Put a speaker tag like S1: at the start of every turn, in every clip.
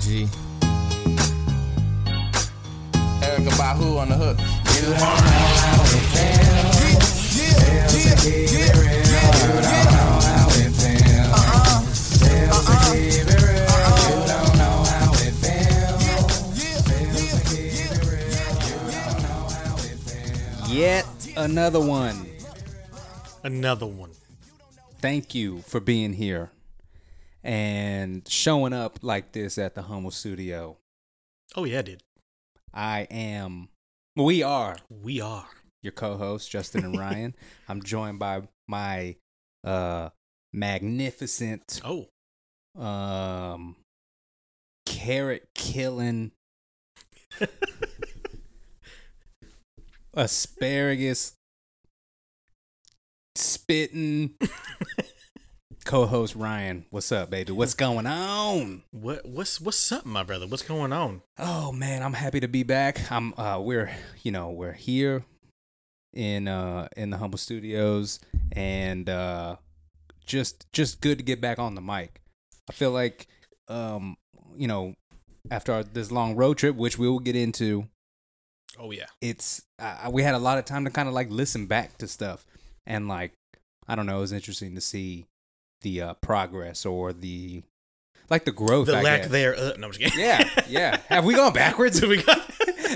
S1: G.
S2: Erica Bahu on the hook. You don't know
S3: how it feels. Yeah, yeah, yeah, yeah, yeah. You don't know how it feels. Uh-uh. Feels to keep it real. You don't know how it feels. Feels to keep it real. You don't know how it feels.
S4: Yet another one.
S5: Another one.
S4: Thank you for being here and showing up like this at the Hummel Studio.
S5: Oh yeah, dude.
S4: I am. We are
S5: We are.
S4: your co-hosts Justin and Ryan. I'm joined by my uh magnificent
S5: Oh,
S4: um carrot killing asparagus spitting co-host Ryan. What's up, baby? What's going on?
S5: what what's what's up, my brother? What's going on?
S4: Oh man, I'm happy to be back. I'm uh we're you know, we're here in uh in the Humble Studios and uh just just good to get back on the mic. I feel like um you know, after our, this long road trip which we will get into,
S5: Oh yeah.
S4: it's I, I- we had a lot of time to kind of like listen back to stuff and like I don't know, it was interesting to see the uh progress or the like the growth
S5: The
S4: I
S5: lack
S4: guess.
S5: there. Uh, no, I'm just kidding.
S4: Yeah, yeah. Have we gone backwards?
S5: so we got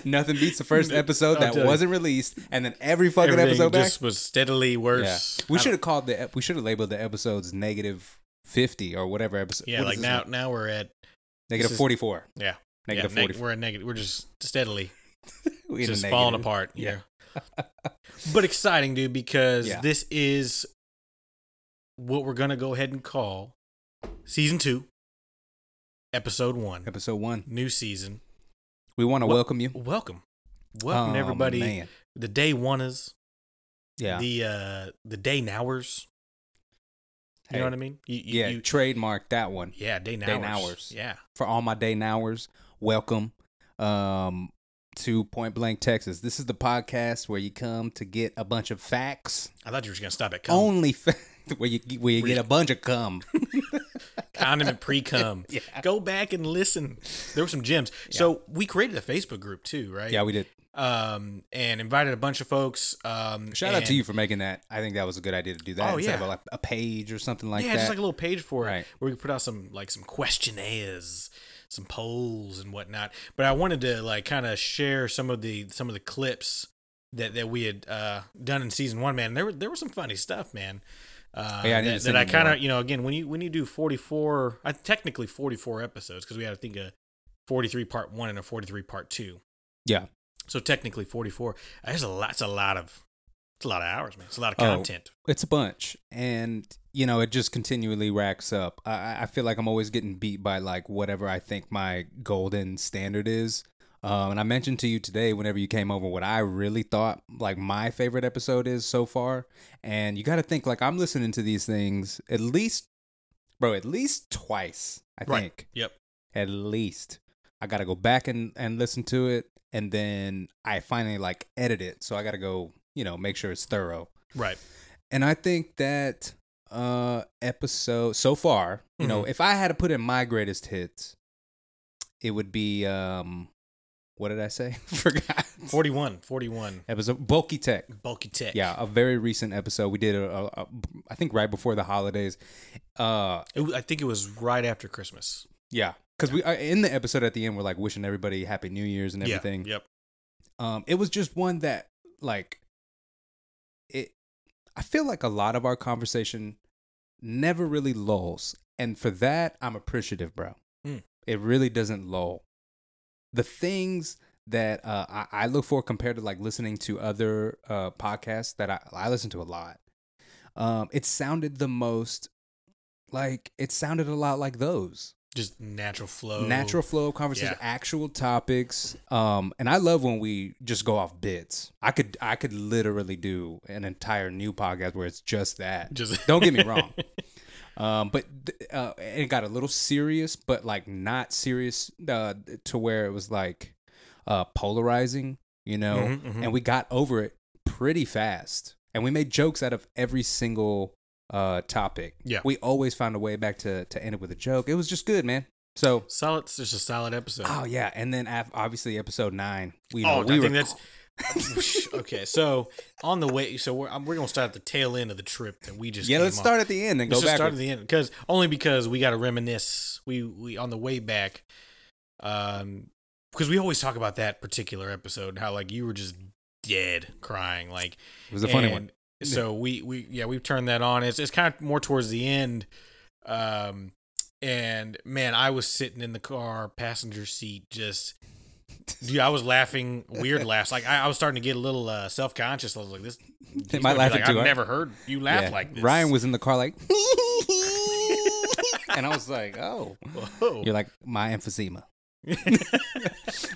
S4: Nothing beats the first
S5: N-
S4: episode
S5: I'll
S4: that
S5: tell you.
S4: wasn't released, and then every fucking
S5: everything
S4: episode back.
S5: just was steadily
S4: Yeah,
S5: worse.
S4: we
S5: I
S4: should have called the ep- we should have labeled the episodes negative fifty or whatever episode.
S5: don't- Yeah,
S4: what is
S5: like
S4: this
S5: now
S4: one?
S5: now we're at
S4: negative
S5: this is-
S4: forty four.
S5: yeah.
S4: Negative
S5: yeah, neg-
S4: forty four.
S5: we're at negative. We're just steadily
S4: We in the
S5: just
S4: negative.
S5: falling apart. Yeah. but exciting, dude, because
S4: Yeah.
S5: this is what we're gonna go ahead and call season two, episode one,
S4: Episode one.
S5: new season.
S4: We want to
S5: Wel-
S4: welcome you.
S5: Welcome, welcome
S4: Oh,
S5: everybody.
S4: man.
S5: The day oneers,
S4: Yeah.
S5: the uh, the day nowers. You
S4: Hey.
S5: know what I mean? You, you,
S4: yeah.
S5: you-
S4: trademark that one
S5: yeah, day nowers.
S4: Day nowers.
S5: Yeah,
S4: for all my day nowers. Welcome. Um. To Point Blank, Texas. This is the podcast where you come to get a bunch of facts.
S5: I thought you were just gonna stop at cum.
S4: Only fa- where you where you
S5: Where you-
S4: get a bunch of cum.
S5: condiment pre cum.
S4: Yeah.
S5: Go back and listen. There were some gems. So we created a Facebook group too, right?
S4: Yeah, we did.
S5: um, and invited a bunch of folks. Um,
S4: Shout out to
S5: and-
S4: you for making that. I think that was a good idea to do that.
S5: Oh,
S4: instead
S5: yeah.
S4: of a, like, a page or something like
S5: yeah,
S4: that.
S5: just like a little page for it,
S4: Right.
S5: where we put out some like some questionnaires, some polls and whatnot. But I wanted to like kind of share some of the some of the clips that that we had uh, done in season one. Man, there were there was some funny stuff, man. Uh,
S4: Yeah, I need to
S5: that,
S4: send
S5: that I
S4: you
S5: kind
S4: more.
S5: of you know again when you when you do forty four, uh, technically forty four episodes because we had I think a forty three part one and a forty three part two.
S4: yeah.
S5: So technically forty four. There's a lot. It's a lot of. It's a lot of hours, man. It's a lot of
S4: Oh.
S5: content.
S4: It's a bunch. And, you know, it just continually racks up. I- I, I feel like I'm always getting beat by like whatever I think my golden standard is. Um, and I mentioned to you today, whenever you came over, what I really thought like my favorite episode is so far. And you got to think like I'm listening to these things at least, bro, at least twice, I
S5: Right.
S4: think.
S5: Yep.
S4: at least i gotta go back and and listen to it and then i finally like edit it so i gotta go you know make sure it's thorough
S5: Right.
S4: and i think that uh episode so far you know if i had to put in my greatest hits it would be um what did i say forgot
S5: 41, 41.
S4: episode bulky tech
S5: Bulky Tech.
S4: yeah a very recent episode we did a, a, a i think right before the holidays uh
S5: It wa- I think it was right after Christmas.
S4: yeah because we uh, in the episode at the end we're like wishing everybody happy new year's and
S5: Yeah,
S4: everything
S5: Yep.
S4: um it was just one that like it i feel like a lot of our conversation never really lulls and for that i'm appreciative bro
S5: Mm.
S4: it really doesn't lull the things that uh, I, I look for compared to like listening to other uh, podcasts that I, I listen to a lot um it sounded the most like it sounded a lot like those
S5: Just natural flow.
S4: natural flow of conversation,
S5: Oh, yeah.
S4: actual topics. Um, and I love when we just go off bits. I could I could literally do an entire new podcast where it's just that.
S5: Just-
S4: don't get me wrong. Um, but th- uh, and it got a little serious, but like not serious uh, to where it was like uh, polarizing, you know.
S5: Mhm, mhm.
S4: And we got over it pretty fast, and we made jokes out of every single uh topic
S5: Yeah.
S4: we always found a way back to to end it with a joke it was just good man So,
S5: Solid. It's just a solid episode.
S4: oh yeah, and then af- obviously episode nine. We
S5: oh,
S4: know, we
S5: I
S4: were
S5: think that's. okay, so on the way, so we're um, we're gonna start at the tail end of the trip that we just
S4: yeah.
S5: came
S4: Let's
S5: on.
S4: start at the end and
S5: Let's
S4: go
S5: just
S4: back.
S5: start at the end because only because we got to reminisce. We we on the way back, um, because we always talk about that particular episode how like you were just dead crying like
S4: It was a funny one.
S5: and So we we yeah we've turned that on. It's it's kind of more towards the end, um, and man, I was sitting in the car passenger seat just. Dude, I was laughing weird laughs. Like I, I was starting to get a little uh, self conscious. I was like, "This."
S4: They
S5: he's
S4: might
S5: gonna be
S4: laugh
S5: like,
S4: at you.
S5: I've
S4: huh?
S5: never heard you laugh
S4: Yeah.
S5: like this.
S4: Ryan was in the car like, and I was like, oh.
S5: Whoa.
S4: You're like my emphysema.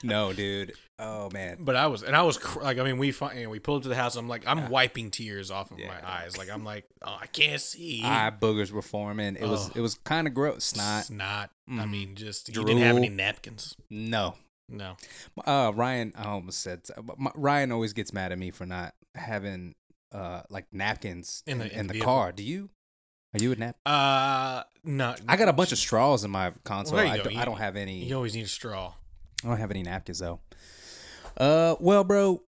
S4: no, dude. Oh man.
S5: But I was, and I was cr- like, I mean, we fin- we pulled up to the house. I'm like, I'm wiping tears off of
S4: Yeah.
S5: my eyes. Like, I'm like, oh, I can't see.
S4: Eye boogers were forming. It was
S5: Oh.
S4: it was kind of gross. Snot.
S5: It's not. I
S4: Mm.
S5: mean, just you didn't have
S4: Drool.
S5: any napkins.
S4: No.
S5: No.
S4: Uh, Ryan. I almost said uh, my, Ryan always gets mad at me for not having uh like napkins in
S5: In
S4: the
S5: the-
S4: in,
S5: in the
S4: the
S5: vehicle.
S4: car. Do you? Are you a nap?
S5: Uh, no.
S4: I got a bunch of straws in my console.
S5: there you
S4: I,
S5: go.
S4: don't, I
S5: You-
S4: don't have any.
S5: You always need a straw.
S4: I don't have any napkins though. Uh, well, bro.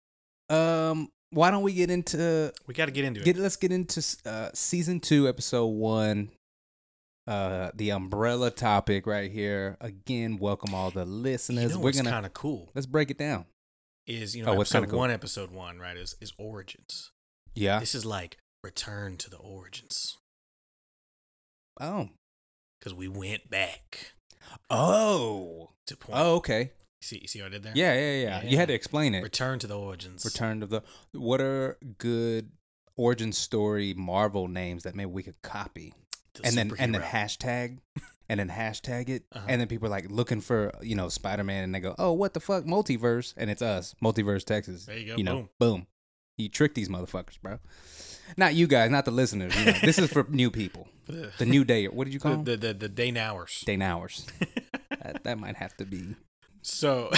S4: Um, why don't we get into
S5: We got to get into it.
S4: get let's get into uh, season two, episode one. Uh, the umbrella topic right here. Again, welcome all the
S5: you
S4: listeners.
S5: know
S4: We're
S5: what's
S4: gonna
S5: kind of cool
S4: let's break it down.
S5: is you
S4: Oh,
S5: know
S4: what's kinda
S5: episode
S4: cool?
S5: one, episode one, right? Is is origins.
S4: Yeah.
S5: This is like return to the origins
S4: Oh.
S5: because we went back
S4: Oh.
S5: to point.
S4: Oh. Okay.
S5: see, see what I did there?
S4: Yeah, yeah. Yeah. You had to explain it.
S5: Return to the origins.
S4: Return of the. What are good origin story Marvel names that maybe we could copy?
S5: The
S4: and then and then
S5: superhero.
S4: hashtag and then hashtag it
S5: Uh-huh.
S4: and then people are like looking for you know spider-man and they go oh what the fuck multiverse and it's us multiverse texas
S5: There you go,
S4: know
S5: boom.
S4: boom you trick these motherfuckers bro not you guys not the listeners you know. this is for new people
S5: For the-
S4: the new day what did you call them
S5: the, the the the day hours.
S4: day hours that, that might have to be
S5: So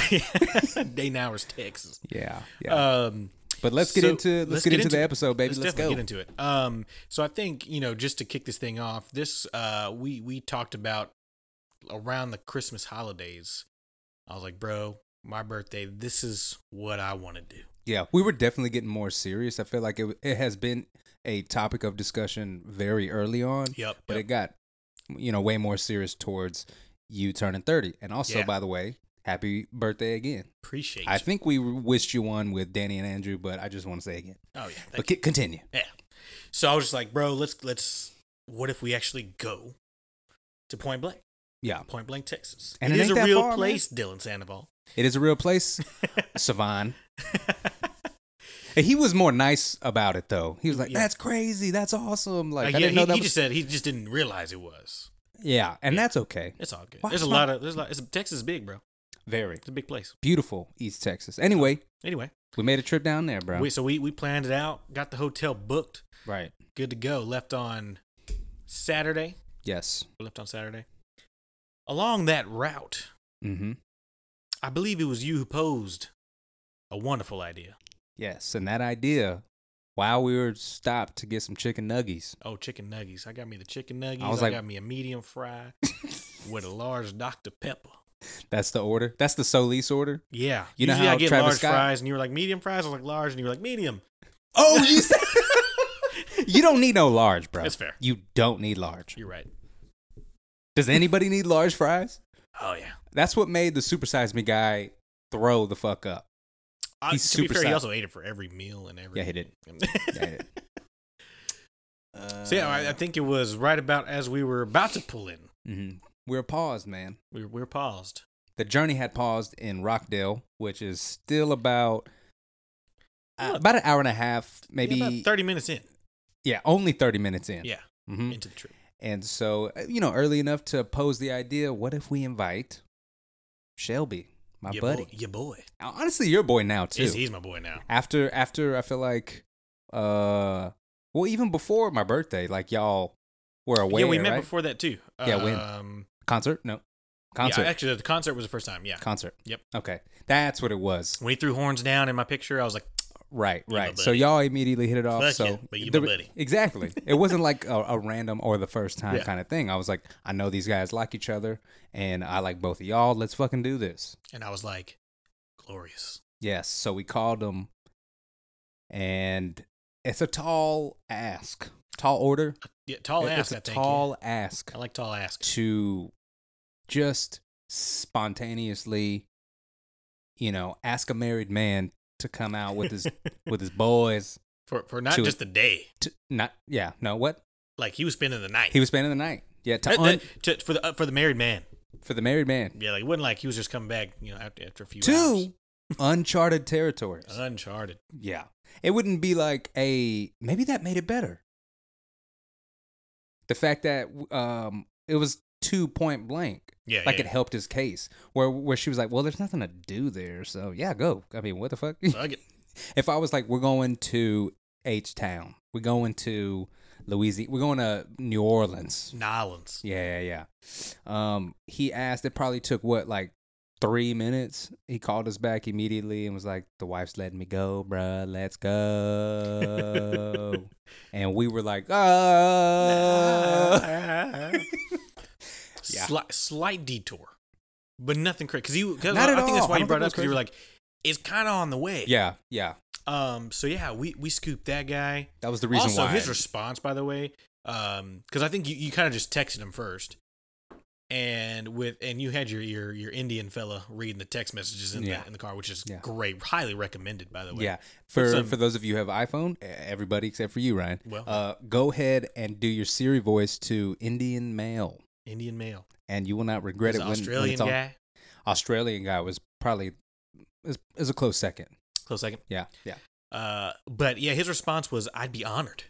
S5: day hours, Texas.
S4: yeah yeah
S5: Um,
S4: but let's get
S5: so
S4: into let's, get, into, the
S5: it.
S4: episode baby
S5: let's,
S4: let's, go
S5: definitely get into it. Um, so I think you know just to kick this thing off, this uh, we we talked about around the Christmas holidays. I was like, bro, my birthday. This is what I want to do.
S4: yeah we were definitely getting more serious i feel like it, it has been a topic of discussion very early on
S5: Yep.
S4: but
S5: yep.
S4: it got you know way more serious towards you turning 30 and also
S5: Yeah.
S4: by the way happy birthday again
S5: appreciate.
S4: i
S5: you.
S4: think we wished you one with danny and andrew but i just want to say again
S5: oh yeah. thank
S4: but c- continue
S5: Yeah. So I was just like, bro, let's let's. What if we actually go to Point Blank,
S4: yeah
S5: Point Blank, Texas?
S4: And it
S5: it is
S4: ain't
S5: a
S4: that
S5: real
S4: far, man.
S5: place, Dylan Sandoval.
S4: it is a real place savan and he was more nice about it though he was like
S5: Yeah.
S4: that's crazy that's awesome like
S5: Like,
S4: i
S5: yeah,
S4: didn't know
S5: he,
S4: that
S5: he
S4: was
S5: just said he just didn't realize it was.
S4: yeah and that's okay
S5: It's all good.
S4: Why
S5: there's a
S4: not?
S5: lot of there's a lot. It's, Texas is big, bro.
S4: very
S5: It's a big place.
S4: beautiful east texas anyway
S5: Anyway,
S4: we made a trip down there bro
S5: we, so we we planned it out, got the hotel booked,
S4: right
S5: good to go. Left on Saturday.
S4: yes
S5: We left on Saturday. Along that route,
S4: mm-hmm
S5: I believe it was you who posed a wonderful idea.
S4: yes and that idea while we were stopped to get some chicken nuggies
S5: Oh, chicken nuggies! I got me the chicken nuggies.
S4: was
S5: I
S4: like-
S5: got me a medium fry with a large Dr Pepper.
S4: That's the order. That's the Solis order.
S5: Yeah,
S4: You know
S5: usually
S4: how
S5: I get
S4: Travis
S5: large
S4: Scott-
S5: fries, and you were like medium fries. I was like large, and you were like medium.
S4: Oh, you said you don't need no large, bro.
S5: That's fair.
S4: You don't need large.
S5: You're right.
S4: Does anybody need large fries?
S5: Oh yeah.
S4: That's what made the supersize me guy throw the fuck up.
S5: I,
S4: He's
S5: to
S4: super
S5: be fair,
S4: sad.
S5: he also ate it for every meal and every.
S4: Yeah, he did. Yeah,
S5: so yeah, I, I think it was right about as we were about to pull in.
S4: hmm We were paused, man.
S5: We were, we were paused.
S4: The journey had paused in Rockdale, which is still about uh,
S5: About-
S4: about an hour and a half,
S5: Yeah,
S4: maybe.
S5: about thirty minutes in.
S4: yeah, only thirty minutes in.
S5: Yeah,
S4: hmm
S5: into the trip.
S4: And so, uh, you know, early enough to pose the idea: what if we invite Shelby, my
S5: your
S4: buddy?
S5: boy, your boy.
S4: honestly your boy now too
S5: He's, he's my boy now.
S4: after after i feel like uh well even before my birthday like y'all were away
S5: yeah, we met
S4: right?
S5: before that too.
S4: Yeah, when?
S5: Um,
S4: concert no concert
S5: Yeah, actually, the concert was the first time. Yeah,
S4: concert
S5: Yep.
S4: okay that's what it was
S5: when he threw horns down in my picture, I was like,
S4: Right,
S5: my
S4: right. So
S5: buddy.
S4: y'all immediately hit it off.
S5: Fuck
S4: so
S5: yeah, but you my
S4: there-
S5: buddy.
S4: exactly, it wasn't like a, a random or the first time
S5: Yeah.
S4: kind of thing. I was like, I know these guys like each other, and I like both of y'all. Let's fucking do this.
S5: And I was like, glorious.
S4: Yes. So we called them, and it's a tall ask, tall order.
S5: Yeah, tall
S4: It- it's
S5: ass,
S4: a
S5: I think. yeah.
S4: tall ask
S5: I like tall ass.
S4: to just spontaneously, you know, ask a married man to come out with his with his boys.
S5: for for not
S4: to-
S5: just the day.
S4: To, not yeah, no what?
S5: Like he was spending the night.
S4: He was spending the night. Yeah, to
S5: That-
S4: un-
S5: that- to- for the uh, for the married man.
S4: for the married man.
S5: Yeah, like it wasn't like he was just coming back, you Uh-huh. know, after, after a few hours.
S4: Two uncharted territories.
S5: Uncharted.
S4: yeah. It wouldn't be like a maybe that made it better. The fact that um it was two point blank.
S5: Yeah,
S4: Like
S5: yeah.
S4: it helped his case. Where where she was like, Well, there's nothing to do there, so yeah, go. I mean, what the fuck?
S5: Fuck it.
S4: if I was like, We're going to H Town, we're going to Louisiana we're going to New Orleans.
S5: Nolans.
S4: Yeah, yeah, yeah. Um, he asked. It probably took what like three minutes. He called us back immediately and was like, "The wife's letting me go, bruh. Let's go." and we were like, "Oh, Yeah.
S5: Slight, slight detour, but nothing crazy. Because you, cause
S4: Not
S5: I,
S4: at
S5: I think that's
S4: all.
S5: why
S4: I
S5: you
S4: don't
S5: brought
S4: think it
S5: it up.
S4: was
S5: Because you were like, it's kind of on the way.
S4: yeah, yeah."
S5: Um. So yeah, we we scooped that guy.
S4: That was the reason
S5: also,
S4: why.
S5: his response, by the way, um, because I think you, you kind of just texted him first, and with and you had your your your Indian fella reading the text messages in
S4: Yeah.
S5: the in the car, which is
S4: Yeah.
S5: great, highly recommended, by the way.
S4: yeah, for
S5: some-
S4: for those of you who have iPhone, e- everybody except for you, Ryan.
S5: Well.
S4: uh, go ahead and do your Siri voice to Indian male,
S5: Indian male,
S4: and you will not regret
S5: He's
S4: it
S5: an
S4: when,
S5: Australian
S4: when it's on.
S5: guy.
S4: Australian guy was probably is is a close second.
S5: Close second.
S4: Yeah, yeah,
S5: Uh, but yeah, his response was, "I'd be honored,"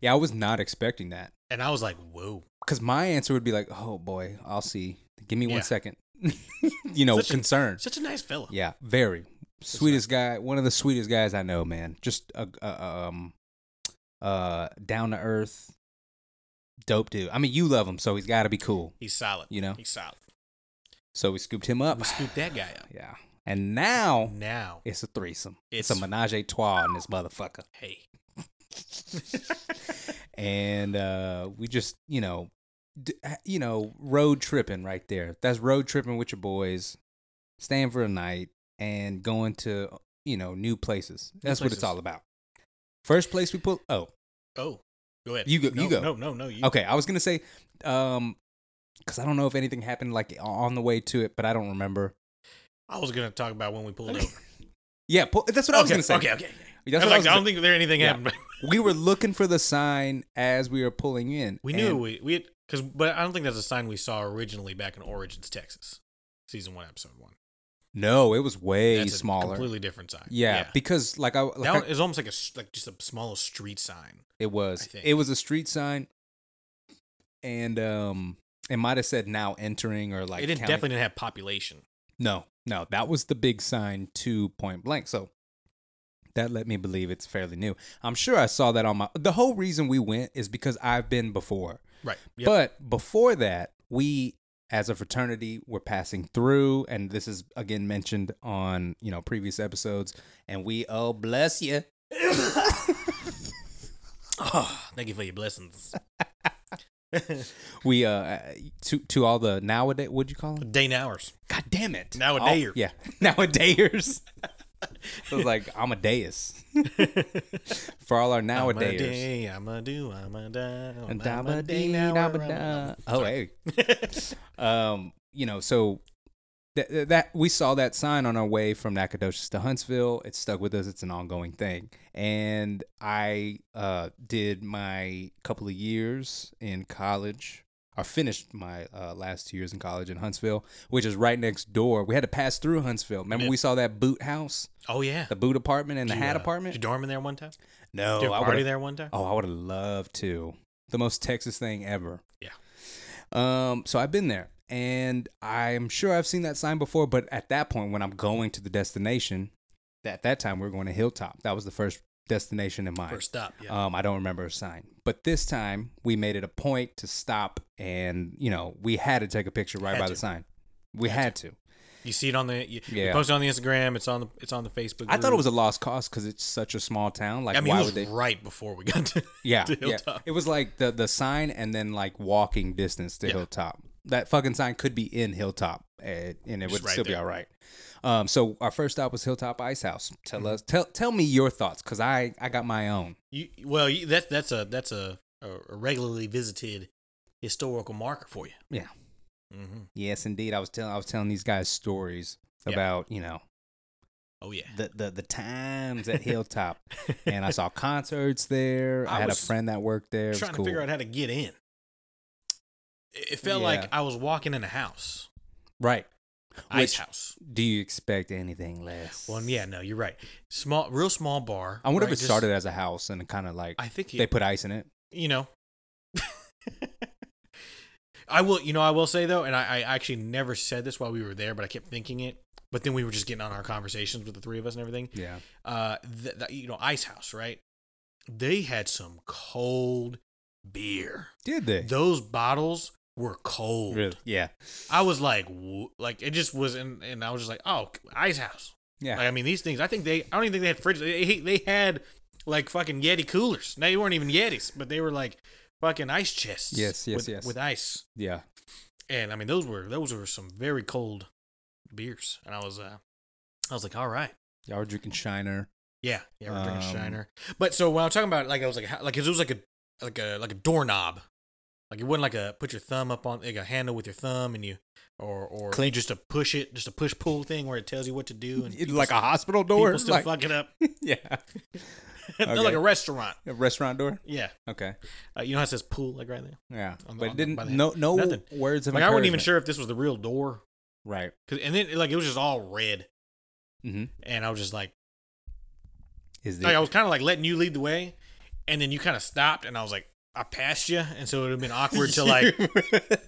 S4: yeah. I was not expecting that
S5: and I was like, "Whoa."
S4: because my answer would be like, "Oh boy, I'll see. Give me
S5: Yeah.
S4: one second. you know,
S5: Such a-
S4: concern.
S5: Such a nice fella.
S4: yeah, very sweetest guy. One of the sweetest guys I know, man. Just a, a um, uh, down to earth, dope dude. I mean, you love him, so he's got to be cool.
S5: He's solid.
S4: You know?
S5: he's solid.
S4: So we scooped him up.
S5: We scooped that guy up.
S4: yeah, and now
S5: Now,
S4: it's a threesome. It's,
S5: Mm. It's-
S4: a menage a trois in this motherfucker.
S5: hey,
S4: and uh, we just you know d- you know road tripping right there that's road tripping with your boys staying for a night and going to you know new places that's what
S5: places.
S4: it's all about first place we pull oh
S5: oh, go ahead.
S4: You go-
S5: No,
S4: you go.
S5: No, no, no. You,
S4: okay i was gonna say um because i don't know if anything happened like on the way to it but i don't remember
S5: I was gonna talk about when we pulled over.
S4: yeah pull, that's what i was
S5: okay,
S4: gonna say
S5: Okay, okay.
S4: That's what
S5: I was
S4: I
S5: like,
S4: was
S5: I
S4: gonna
S5: don't think there anything
S4: Yeah.
S5: happened.
S4: we were looking for the sign as we were pulling in
S5: we knew
S4: and-
S5: we we because, but I don't think that's a sign we saw originally back in Origins, Texas, season one, episode one.
S4: no it was way
S5: that's a
S4: smaller
S5: completely different sign.
S4: yeah, because like i like
S5: that
S4: I-
S5: one is almost like a s- like just a small street sign.
S4: It was.
S5: think.
S4: It was a street sign, and um, it might have said now entering or like.
S5: it didn't,
S4: county-
S5: definitely didn't have population.
S4: No, no, that was the big sign to point blank. So that let me believe it's fairly new. I'm sure I saw that on my. The whole reason we went is because I've been before,
S5: Right. Yep.
S4: but before that, we as a fraternity were passing through, and this is again mentioned on you know previous episodes, and we oh bless you.
S5: oh, thank you for your blessings.
S4: We uh to to all the nowadays what'd you call them?
S5: Day and hours.
S4: God damn it.
S5: Now a
S4: All-
S5: dayer.
S4: Yeah. Nowadays. I was like, I'm a deus. For all our
S5: I'm a
S4: nowadays.
S5: day, I'm a do, I'm a da,
S4: And
S5: I'm a day, now we're
S4: da-ba-dee-da-ba-da. Oh, hey. um, you know, so th- th- that we saw that sign on our way from Nacogdoches to Huntsville. It stuck with us. It's an ongoing thing. And I uh, did my couple of years in college. I finished my uh, last two years in college in Huntsville, which is right next door. We had to pass through Huntsville. Remember,
S5: Yeah.
S4: we saw that boot house,
S5: Oh yeah.
S4: the boot apartment, and the
S5: You,
S4: hat
S5: uh, You
S4: apartment.
S5: dorm in there one time?
S4: No,
S5: Did
S4: I
S5: you have a
S4: would've-
S5: party there one time?
S4: Oh, I would have loved to. The most Texas thing ever.
S5: Yeah.
S4: Um, so I've been there and I'm sure I've seen that sign before, but at that point when I'm going to the destination, at that time we were going to Hilltop. That was the first destination in mind.
S5: First stop. Yeah.
S4: Um, I don't remember a sign. But this time we made it a point to stop and, you know, we had to take a picture right
S5: Had
S4: by
S5: to.
S4: the sign. We had to.
S5: You see it on the you, you
S4: Yeah.
S5: post it on the Instagram. It's on the it's on the Facebook.
S4: I thought it
S5: group.
S4: was a lost cause because it's such a small town. Like,
S5: I mean,
S4: why
S5: it was
S4: would they?
S5: right before we got to
S4: Yeah,
S5: to
S4: yeah.
S5: Hilltop.
S4: It was like the the sign and then like walking distance to
S5: Yeah.
S4: Hilltop. That fucking sign could be in Hilltop, eh, and it
S5: Just
S4: would
S5: right
S4: still be
S5: there.
S4: all right. Um, so our first stop was Hilltop Ice House. Tell
S5: Mm-hmm.
S4: us, tell tell me your thoughts, cause I I got my own.
S5: You well, you, that's that's a that's a, a a regularly visited historical marker for you.
S4: Yeah.
S5: hmm
S4: Yes, indeed. I was telling I was telling these guys stories
S5: Yeah.
S4: about you know
S5: Oh yeah.
S4: the the the times at Hilltop, and I saw concerts there. I,
S5: I
S4: had a
S5: was
S4: friend that worked there. It was
S5: trying
S4: cool.
S5: to figure out how to get in. It it felt like
S4: Yeah.
S5: I was walking in a house,
S4: right.
S5: ice
S4: Which-
S5: house.
S4: Do you expect anything less?
S5: Well, yeah, no, you're right. Small, real small bar.
S4: I wonder
S5: right,
S4: if it
S5: just-
S4: started as a house and kind of like
S5: I think
S4: they
S5: it,
S4: put ice in it.
S5: you know. I will, you know, I will say though, and I, I actually never said this while we were there, but I kept thinking it. But then we were just getting on our conversations with the three of us and everything.
S4: Yeah.
S5: Uh, th- th- you know, Ice House, right? They had some cold beer.
S4: Did they?
S5: Those bottles were cold.
S4: Yeah.
S5: I was like, wh- like it just was, and and I was just like, oh, Ice House.
S4: Yeah.
S5: Like I mean, these things. I think they. I don't even think they had fridges. They, they had like fucking Yeti coolers. They weren't even Yetis, but they were like fucking ice chests.
S4: Yes, yes,
S5: with,
S4: yes.
S5: With ice,
S4: yeah.
S5: and I mean, those were those were some very cold beers, and I was uh, I was like, all right.
S4: Y'all were drinking Shiner.
S5: Yeah, yeah, we're drinking
S4: Um,
S5: Shiner. But so when I'm talking about, it, like, I was like, how- like it was like a like a like a doorknob, like it wasn't like a put your thumb up on like a handle with your thumb and you or or
S4: Clink.
S5: just a push it, just a push pull thing where it tells you what to do and people
S4: like a
S5: st-
S4: hospital door?
S5: people still
S4: Like-
S5: fuck it up.
S4: yeah.
S5: They're
S4: Okay.
S5: like a restaurant.
S4: A restaurant door?
S5: Yeah,
S4: Okay.
S5: uh, you know how it says pool like right there.
S4: Yeah.
S5: On the-
S4: but it
S5: on the- by
S4: didn't
S5: the-
S4: no no
S5: nothing.
S4: words of
S5: Like I wasn't even
S4: encouragement.
S5: sure if this was the real door,
S4: Right.
S5: 'Cause- and then like it was just all red,
S4: Mm-hmm.
S5: and I was just like,
S4: Is
S5: like I
S4: the
S5: was kind of like letting you lead the way, and then you kind of stopped, and I was like, I passed you, and so it would have been awkward to like.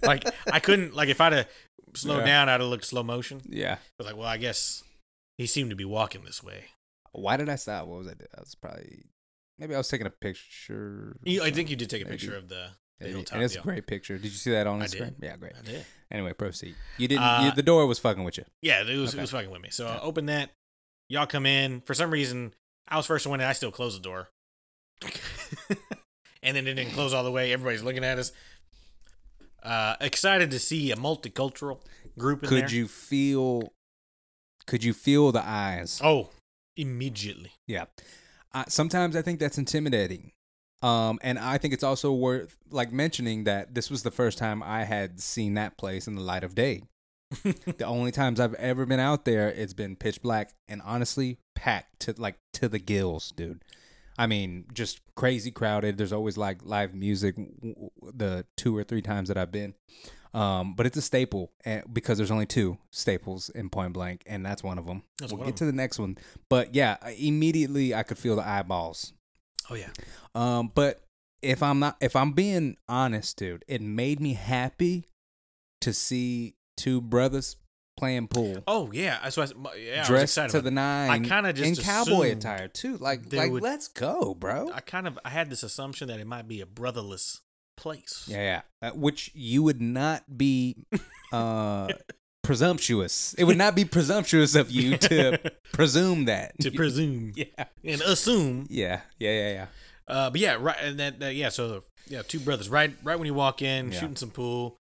S5: like I couldn't like if I'd have slowed
S4: Yeah.
S5: down, I'd have looked slow motion.
S4: Yeah.
S5: But like, well, I guess he seemed to be walking this way.
S4: Why did I stop? What was I doing? I was probably maybe I was taking a picture. or
S5: You, I
S4: something.
S5: think you did take a
S4: Maybe.
S5: picture of the, the
S4: Maybe.
S5: hilltop.
S4: And it's
S5: yeah.
S4: a great picture. Did you see that on
S5: I
S4: Instagram?
S5: did.
S4: Yeah, great.
S5: I did.
S4: Anyway, proceed. You didn't
S5: Uh,
S4: you, the door was fucking with you.
S5: Yeah, it was
S4: Okay.
S5: it was fucking with me. So I
S4: Yeah.
S5: opened that. Y'all come in. For some reason, I was first one, and I still closed the door. and then it didn't close all the way. Everybody's looking at us. Uh, excited to see a multicultural group in
S4: Could
S5: there.
S4: you feel could you feel the eyes?
S5: Oh, immediately.
S4: Yeah. I, sometimes I think that's intimidating. Um, and I think it's also worth like mentioning that this was the first time I had seen that place in the light of day. the only times I've ever been out there, it's been pitch black and honestly packed to like to the gills, dude. I mean, just crazy crowded. There's always like live music w- w- the two or three times that I've been. Um, but it's a staple eh, because there's only two staples in Point Blank, and that's one of them.
S5: That's
S4: we'll
S5: one
S4: get
S5: of
S4: to the next one, but yeah, I- immediately I could feel the eyeballs.
S5: Oh yeah.
S4: Um, but if I'm not, if I'm being honest, dude, it made me happy to see two brothers playing pool,
S5: Oh yeah. So I, yeah, I was
S4: dressed
S5: excited
S4: to
S5: about
S4: the nine.
S5: I kinda just
S4: in cowboy
S5: assumed
S4: attire too. Like,
S5: they
S4: like
S5: would-
S4: let's go, bro.
S5: I kind of I had this assumption that it might be a brotherless place.
S4: yeah, yeah. Uh, which you would not be. uh Presumptuous. It would not be presumptuous of you to presume that.
S5: to presume
S4: yeah.
S5: and assume.
S4: Yeah. Yeah. Yeah. Yeah.
S5: Uh, but yeah, right, and that, that yeah, so the, yeah, two brothers, right, right when you walk in,
S4: Yeah.
S5: shooting some pool.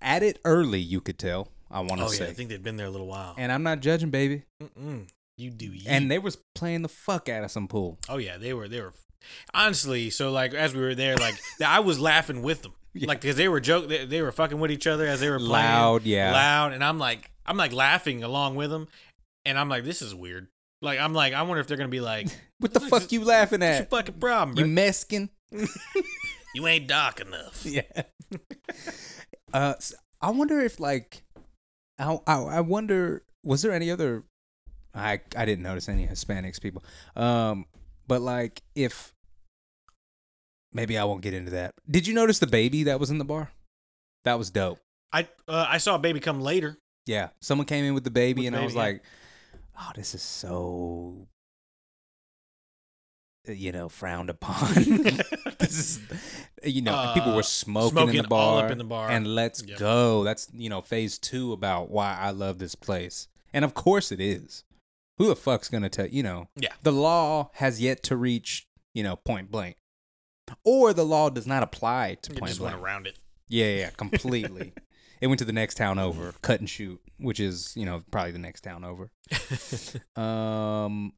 S4: at it early, you could tell. I want to
S5: Oh yeah,
S4: say,
S5: I think they'd been there a little while.
S4: and I'm not judging, baby.
S5: Mm-mm, you do, you.
S4: And they was playing the fuck out of some pool.
S5: oh yeah, they were, they were, honestly. So like as we were there, like I was laughing with them,
S4: Yeah.
S5: like because they were joke, they, they were fucking with each other as they were playing,
S4: Loud, yeah.
S5: loud, and I'm like, I'm like laughing along with them, and I'm like, this is weird. Like I'm like, I wonder if they're gonna be like,
S4: What the
S5: Look,
S4: fuck
S5: this-
S4: you laughing
S5: what's your
S4: at?
S5: fucking problem,
S4: You
S5: bro?
S4: Mexican?
S5: You ain't dark enough.
S4: Yeah. uh, s- I wonder if like, I, I I wonder was there any other? I I didn't notice any Hispanics people. Um, but like if maybe I won't get into that. Did you notice the baby that was in the bar? That was dope.
S5: I uh, I saw a baby come later.
S4: Yeah, someone came in with the baby,
S5: With
S4: and I
S5: baby,
S4: was
S5: yeah.
S4: like, "Oh, this is so, uh, you know, frowned upon." this is, you know,
S5: Uh,
S4: people were smoking, in the
S5: smoking
S4: bar,
S5: all up in the bar.
S4: and let's
S5: Yep.
S4: go. That's you know, phase two about why I love this place, and of course it is. Who the fuck's gonna tell you know?
S5: Yeah.
S4: the law has yet to reach you know point blank, or the law does not apply to
S5: It
S4: point
S5: just
S4: blank.
S5: went around it.
S4: Yeah, yeah, yeah, completely. it went to the next town over, cut and shoot, which is you know probably the next town over. um,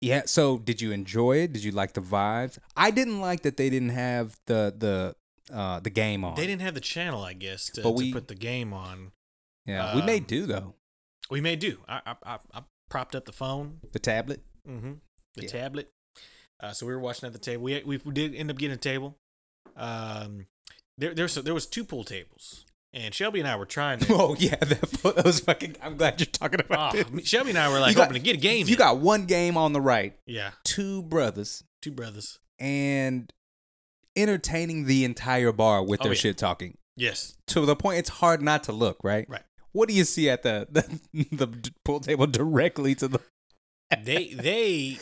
S4: yeah. So, did you enjoy it? Did you like the vibes? I didn't like that they didn't have the the uh the game on.
S5: They didn't have the channel, I guess, to,
S4: But
S5: to
S4: we-
S5: put the game on.
S4: Yeah, we may
S5: um,
S4: do though
S5: We may do. I I, I, I propped up the phone,
S4: the tablet.
S5: mm-hmm, the
S4: Yeah.
S5: tablet. Uh, so we were watching at the table. We, we we did end up getting a table. Um, there there's there was two pool tables, and Shelby and I were trying to.
S4: Oh yeah, that, fo- that was fucking. I'm glad you're talking
S5: Ah,
S4: about it.
S5: Shelby and I were like
S4: You got-
S5: hoping to get a game.
S4: You
S5: in.
S4: got one game on the right,
S5: yeah,
S4: two brothers,
S5: two brothers.
S4: and entertaining the entire bar with
S5: Oh,
S4: their
S5: yeah.
S4: shit talking.
S5: Yes,
S4: to the point it's hard not to look, right?
S5: Right.
S4: What do you see at the the, the d- pool table directly to the
S5: they they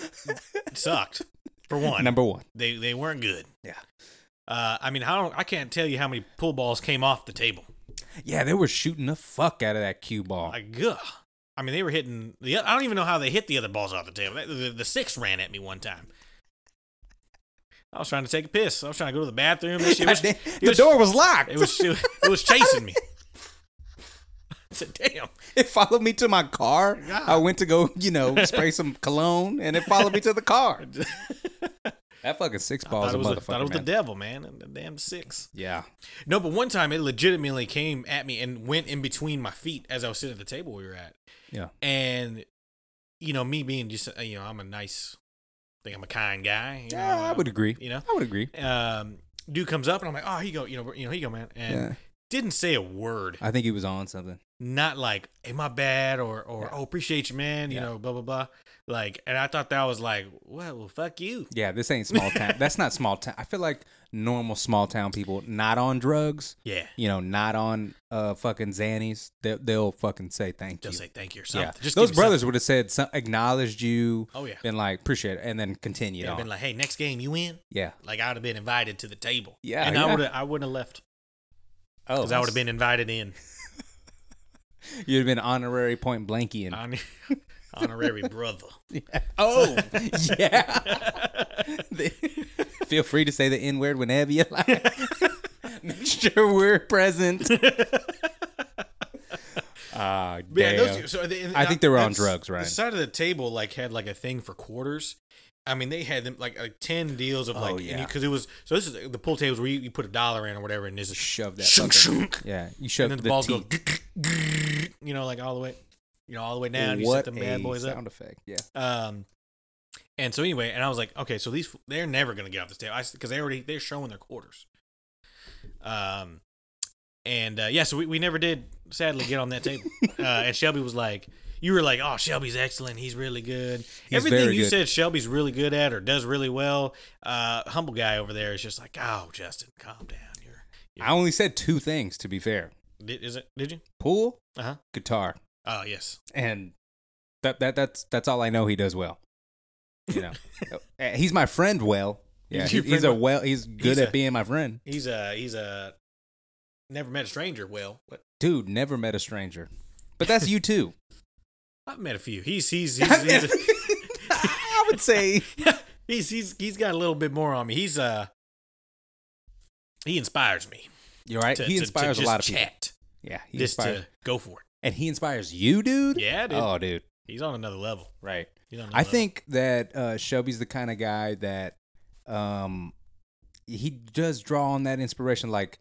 S5: sucked for one.
S4: number one?
S5: They they weren't good.
S4: Yeah.
S5: Uh, I mean, I don't. I can't tell you how many pool balls came off the table.
S4: Yeah, they were shooting the fuck out of that cue ball.
S5: Like, ugh. Oh I mean, they were hitting the. I don't even know how they hit the other balls off the table. The, the, the six ran at me one time. I was trying to take a piss. I was trying to go to the bathroom. This shit
S4: God
S5: was,
S4: damn,
S5: it
S4: the
S5: was-
S4: door was locked.
S5: It was it was chasing me. I said, "Damn,
S4: It followed me to my car. I went to go, you know, spray some cologne, and it followed me to the car. that fucking six
S5: thought
S4: balls
S5: it
S4: a
S5: was, the-
S4: motherfucker.
S5: thought it was the
S4: man.
S5: devil, man. And the damn six.
S4: yeah.
S5: No, but one time it legitimately came at me and went in between my feet as I was sitting at the table we were at.
S4: Yeah.
S5: And, you know, me being just, uh, you know, I'm a nice, I think I'm a kind guy. You know,
S4: Yeah, I
S5: I'm-
S4: would agree.
S5: You know,
S4: I would agree.
S5: um, dude comes up and I'm like, oh, he go, you know, you know, he go, man, and
S4: Yeah.
S5: didn't say a word.
S4: I think he was on something.
S5: Not like, hey, my bad, or or oh, appreciate you, man. You
S4: Yeah.
S5: know, blah blah blah. Like, and I thought that was like, well, well fuck you.
S4: Yeah, this ain't small town. That's not small town. I feel like normal small town people, not on drugs,
S5: Yeah.
S4: you know, not on uh fucking Xannies, they, they'll fucking say thank
S5: They'll
S4: you.
S5: say thank you or something.
S4: yeah,
S5: Just
S4: those
S5: give me something.
S4: brothers would have said, some, acknowledged you,
S5: Oh yeah.
S4: been like, appreciate it, and then continued
S5: They'd have
S4: on.
S5: been like, hey, next game you win.
S4: yeah.
S5: Like I'd have been invited to the table.
S4: Yeah,
S5: and
S4: yeah.
S5: I would have I wouldn't have left
S4: Oh,
S5: because I would have been invited in
S4: You'd have been honorary point blankian.
S5: Hon- honorary brother.
S4: oh, yeah. Feel free to say the N word whenever you like. Make sure we're present. Ah,
S5: Man,
S4: damn.
S5: those two, so they, and
S4: I think they were on
S5: that's-
S4: drugs, right?
S5: The side of the table like had like a thing for quarters. I mean, they had them like, like ten deals of
S4: Oh,
S5: like,
S4: yeah.
S5: because it was so. This is the pool tables where you, you put a dollar in or whatever, and there's a
S4: shove that.
S5: shunk,
S4: fucking-
S5: shunk,
S4: Yeah, you
S5: and
S4: shove
S5: then the,
S4: the
S5: balls
S4: teeth.
S5: go, you know, like all the way, you know, all the way down. you set
S4: what
S5: them bad
S4: a
S5: boys up.
S4: sound effect. Yeah.
S5: Um, and so anyway, and I was like, okay, so these they're never gonna get off this table because they already they're showing their quarters. Um, and uh, yeah, so we, we never did sadly get on that table. uh, and Shelby was like, you were like, oh, Shelby's excellent. He's really good. Everything
S4: very
S5: you
S4: good.
S5: said Shelby's really good at or does really well. Uh, humble guy over there is just like, oh, Justin, calm down. You're,
S4: I only said two things to be fair.
S5: did, is it? Did you?
S4: Pool,
S5: Uh huh.
S4: guitar.
S5: Oh yes.
S4: And that that that's that's all I know he does well. You know. Uh, he's my friend well. Yeah.
S5: He's your
S4: he- he's
S5: friend
S4: a
S5: well.
S4: well he's good
S5: He's
S4: at
S5: a-
S4: being my friend.
S5: He's a he's a never met a stranger. Well, what?
S4: Dude, never met a stranger. But that's you too.
S5: I've met a few. He's he's he's, he's, a,
S4: I would say
S5: he's he's he's got a little bit more on me. He's uh he inspires me.
S4: you're right.
S5: To,
S4: he
S5: to-
S4: inspires
S5: to
S4: a
S5: just
S4: lot of people.
S5: chat,
S4: Yeah, he
S5: just
S4: inspires.
S5: to go for it.
S4: And he inspires you, dude.
S5: Yeah, dude.
S4: Oh, dude.
S5: He's on another level.
S4: Right.
S5: He's on another
S4: I
S5: level.
S4: think that uh, Shelby's the kind of guy that um, he does draw on that inspiration. Like,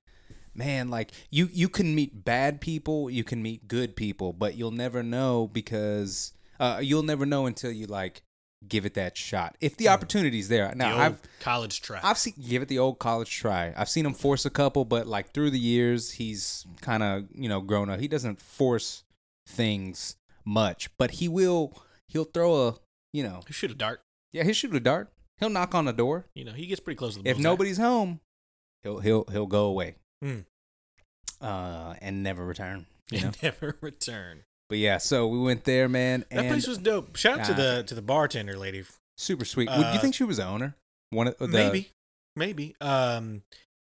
S4: man, like you you can meet bad people, you can meet good people, but you'll never know because uh, you'll never know until you like give it that shot. If the opportunity's there.
S5: Hmm. the
S4: Now
S5: old
S4: I've
S5: college try.
S4: I've seen give it the old college try. I've seen him force a couple, but like through the years, he's kind of you know grown up. He doesn't force things much, but he will. He'll throw a you know
S5: He shoot a dart.
S4: yeah he'll shoot a dart. He'll knock on the door.
S5: You know, he gets pretty close to the
S4: If
S5: bullseye.
S4: nobody's home, he'll he'll he'll go away.
S5: Hmm.
S4: Uh, and never return. You
S5: He
S4: know.
S5: never return.
S4: but yeah, so we went there, man,
S5: That
S4: and
S5: place was dope. Shout out to
S4: uh,
S5: the to the bartender lady.
S4: super sweet. Would you
S5: uh,
S4: think she was Oh, the owner? One of the
S5: Maybe. maybe. Um,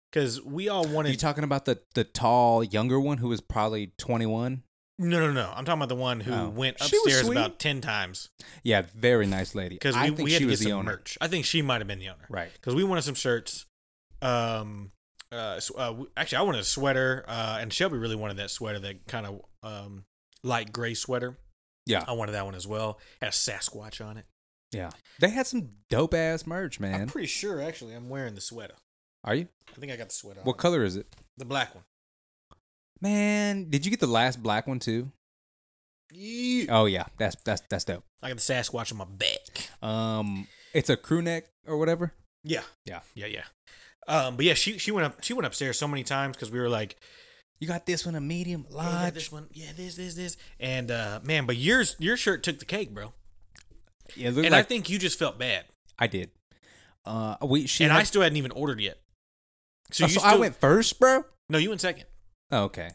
S5: because we all
S4: Are
S5: wanted.
S4: you talking about the the tall younger one who was probably 21?
S5: no, no, no. I'm talking about the one who
S4: Oh.
S5: went
S4: She was
S5: upstairs
S4: sweet.
S5: about ten times
S4: Yeah, very nice lady.
S5: because
S4: I
S5: we,
S4: think
S5: we had
S4: she
S5: to get
S4: was
S5: some
S4: the owner.
S5: merch. I think she might have been the owner.
S4: Right.
S5: because we wanted some shirts. Um, uh, s- uh, w- actually, I wanted a sweater, uh, and Shelby really wanted that sweater, that kind of um light gray sweater.
S4: Yeah.
S5: I wanted that one as well. Had a Sasquatch on it.
S4: Yeah. They had some dope ass merch,
S5: I'm
S4: man.
S5: pretty sure, actually, I'm wearing the sweater.
S4: Are you?
S5: I think I got the sweater.
S4: What
S5: on.
S4: color is it?
S5: The black one.
S4: Man, did you get the last black one too?
S5: Yeah.
S4: Oh yeah, that's that's that's dope.
S5: I got the Sasquatch on my back.
S4: Um, it's a crew neck or whatever.
S5: Yeah,
S4: Yeah.
S5: yeah, yeah. Um, but yeah, she she went up she went upstairs so many times because we were like,
S4: You got this one a medium
S5: hey, yeah, this one, yeah, this, this, this, and uh, man, but yours your shirt took the cake, bro.
S4: Yeah, it looked
S5: and
S4: like
S5: I think you just felt bad.
S4: I did. Uh, we she
S5: and
S4: had-
S5: I still hadn't even ordered yet. So
S4: Oh,
S5: you
S4: so I
S5: still-
S4: went first, bro.
S5: No, you went second.
S4: Oh, okay.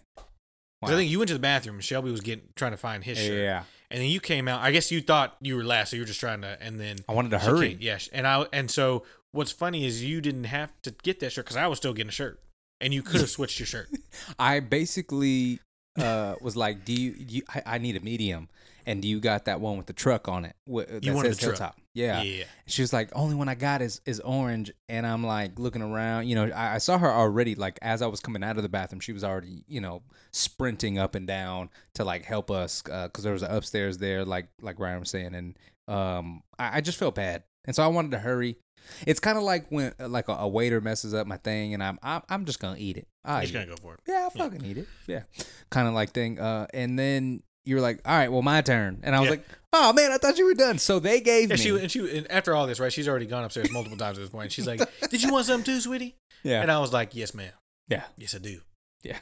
S5: 'Cause I think you went to the bathroom. and Shelby was getting trying to find his shirt.
S4: Yeah,
S5: And then you came out. I guess you thought you were last, so you were just trying to. And then
S4: I wanted to
S5: she
S4: hurry.
S5: came- yeah. sh- And I and so what's funny is you didn't have to get that shirt because I was still getting a shirt, and you could have switched your shirt.
S4: I basically uh, was like, "Do you? you I, I need a medium, and do you got that one with the truck on it? What, that
S5: wanted
S4: says
S5: the truck.
S4: Hilltop. Yeah. She was like, "Only one I got is is orange," and I'm like looking around. You know, I, I saw her already. Like as I was coming out of the bathroom, she was already you know sprinting up and down to like help us because there was an upstairs there, like like Ryan was saying, and um, I, I just felt bad, and so I wanted to hurry. It's kind of like when like a, a waiter messes up my thing, and I'm I'm, I'm just gonna eat it. I
S5: he's gonna go for it.
S4: yeah, I'll fucking eat it. Yeah. Kind of like thing. Uh, and then you were like, all right, well, my turn. And I was
S5: Yeah.
S4: like, oh, man, I thought you were done. So they gave
S5: Yeah,
S4: me.
S5: she and she and after all this, right? She's already gone upstairs multiple times at this point. She's like, "Did you want something too, sweetie?"
S4: yeah.
S5: And I was like, "Yes, ma'am.
S4: yeah.
S5: Yes, I do."
S4: Yeah.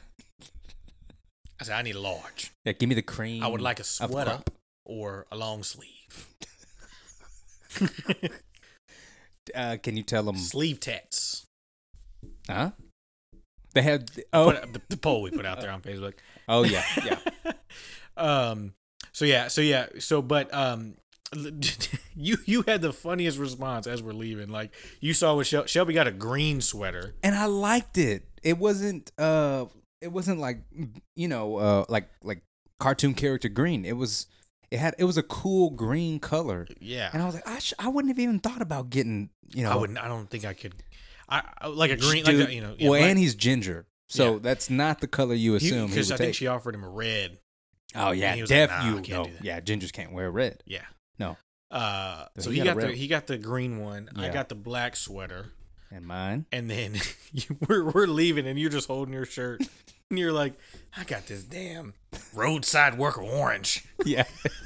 S5: I said, "I need a large."
S4: Yeah. Give me the cream.
S5: I would like a
S4: Mm, of
S5: sweater
S4: crop.
S5: or a long sleeve.
S4: Uh, can you tell them?
S5: sleeve tats.
S4: Huh? They had. Oh,
S5: Put- the, the poll we put out there on Facebook.
S4: oh yeah. Yeah.
S5: Um. So yeah. So yeah. So but um. You you had the funniest response as we're leaving. Like you saw what Shel- Shelby got a green sweater.
S4: and I liked it. It wasn't. Uh, it wasn't like you know, uh, like like cartoon character green. It was. It had. It was a cool green color.
S5: Yeah,
S4: And I was like, I, sh- I wouldn't have even thought about getting. You know,
S5: I wouldn't. I don't think I could. I, I like a green.
S4: Dude,
S5: like a, you know. yeah,
S4: well,
S5: black-
S4: and he's ginger, so
S5: Yeah.
S4: that's not the color you
S5: he-
S4: assume he, would
S5: I
S4: take.
S5: think she offered him a red.
S4: oh yeah,
S5: he was
S4: def
S5: like, nah, I
S4: you
S5: can't
S4: no,
S5: do that.
S4: yeah, gingers can't wear red.
S5: Yeah.
S4: No.
S5: Uh.
S4: So
S5: So
S4: he got
S5: he
S4: a
S5: got the
S4: red.
S5: he got the green one. I
S4: Yeah.
S5: got the black sweater.
S4: And mine,
S5: and then you, we're, we're leaving and you're just holding your shirt and you're like i got this damn roadside worker orange
S4: yeah,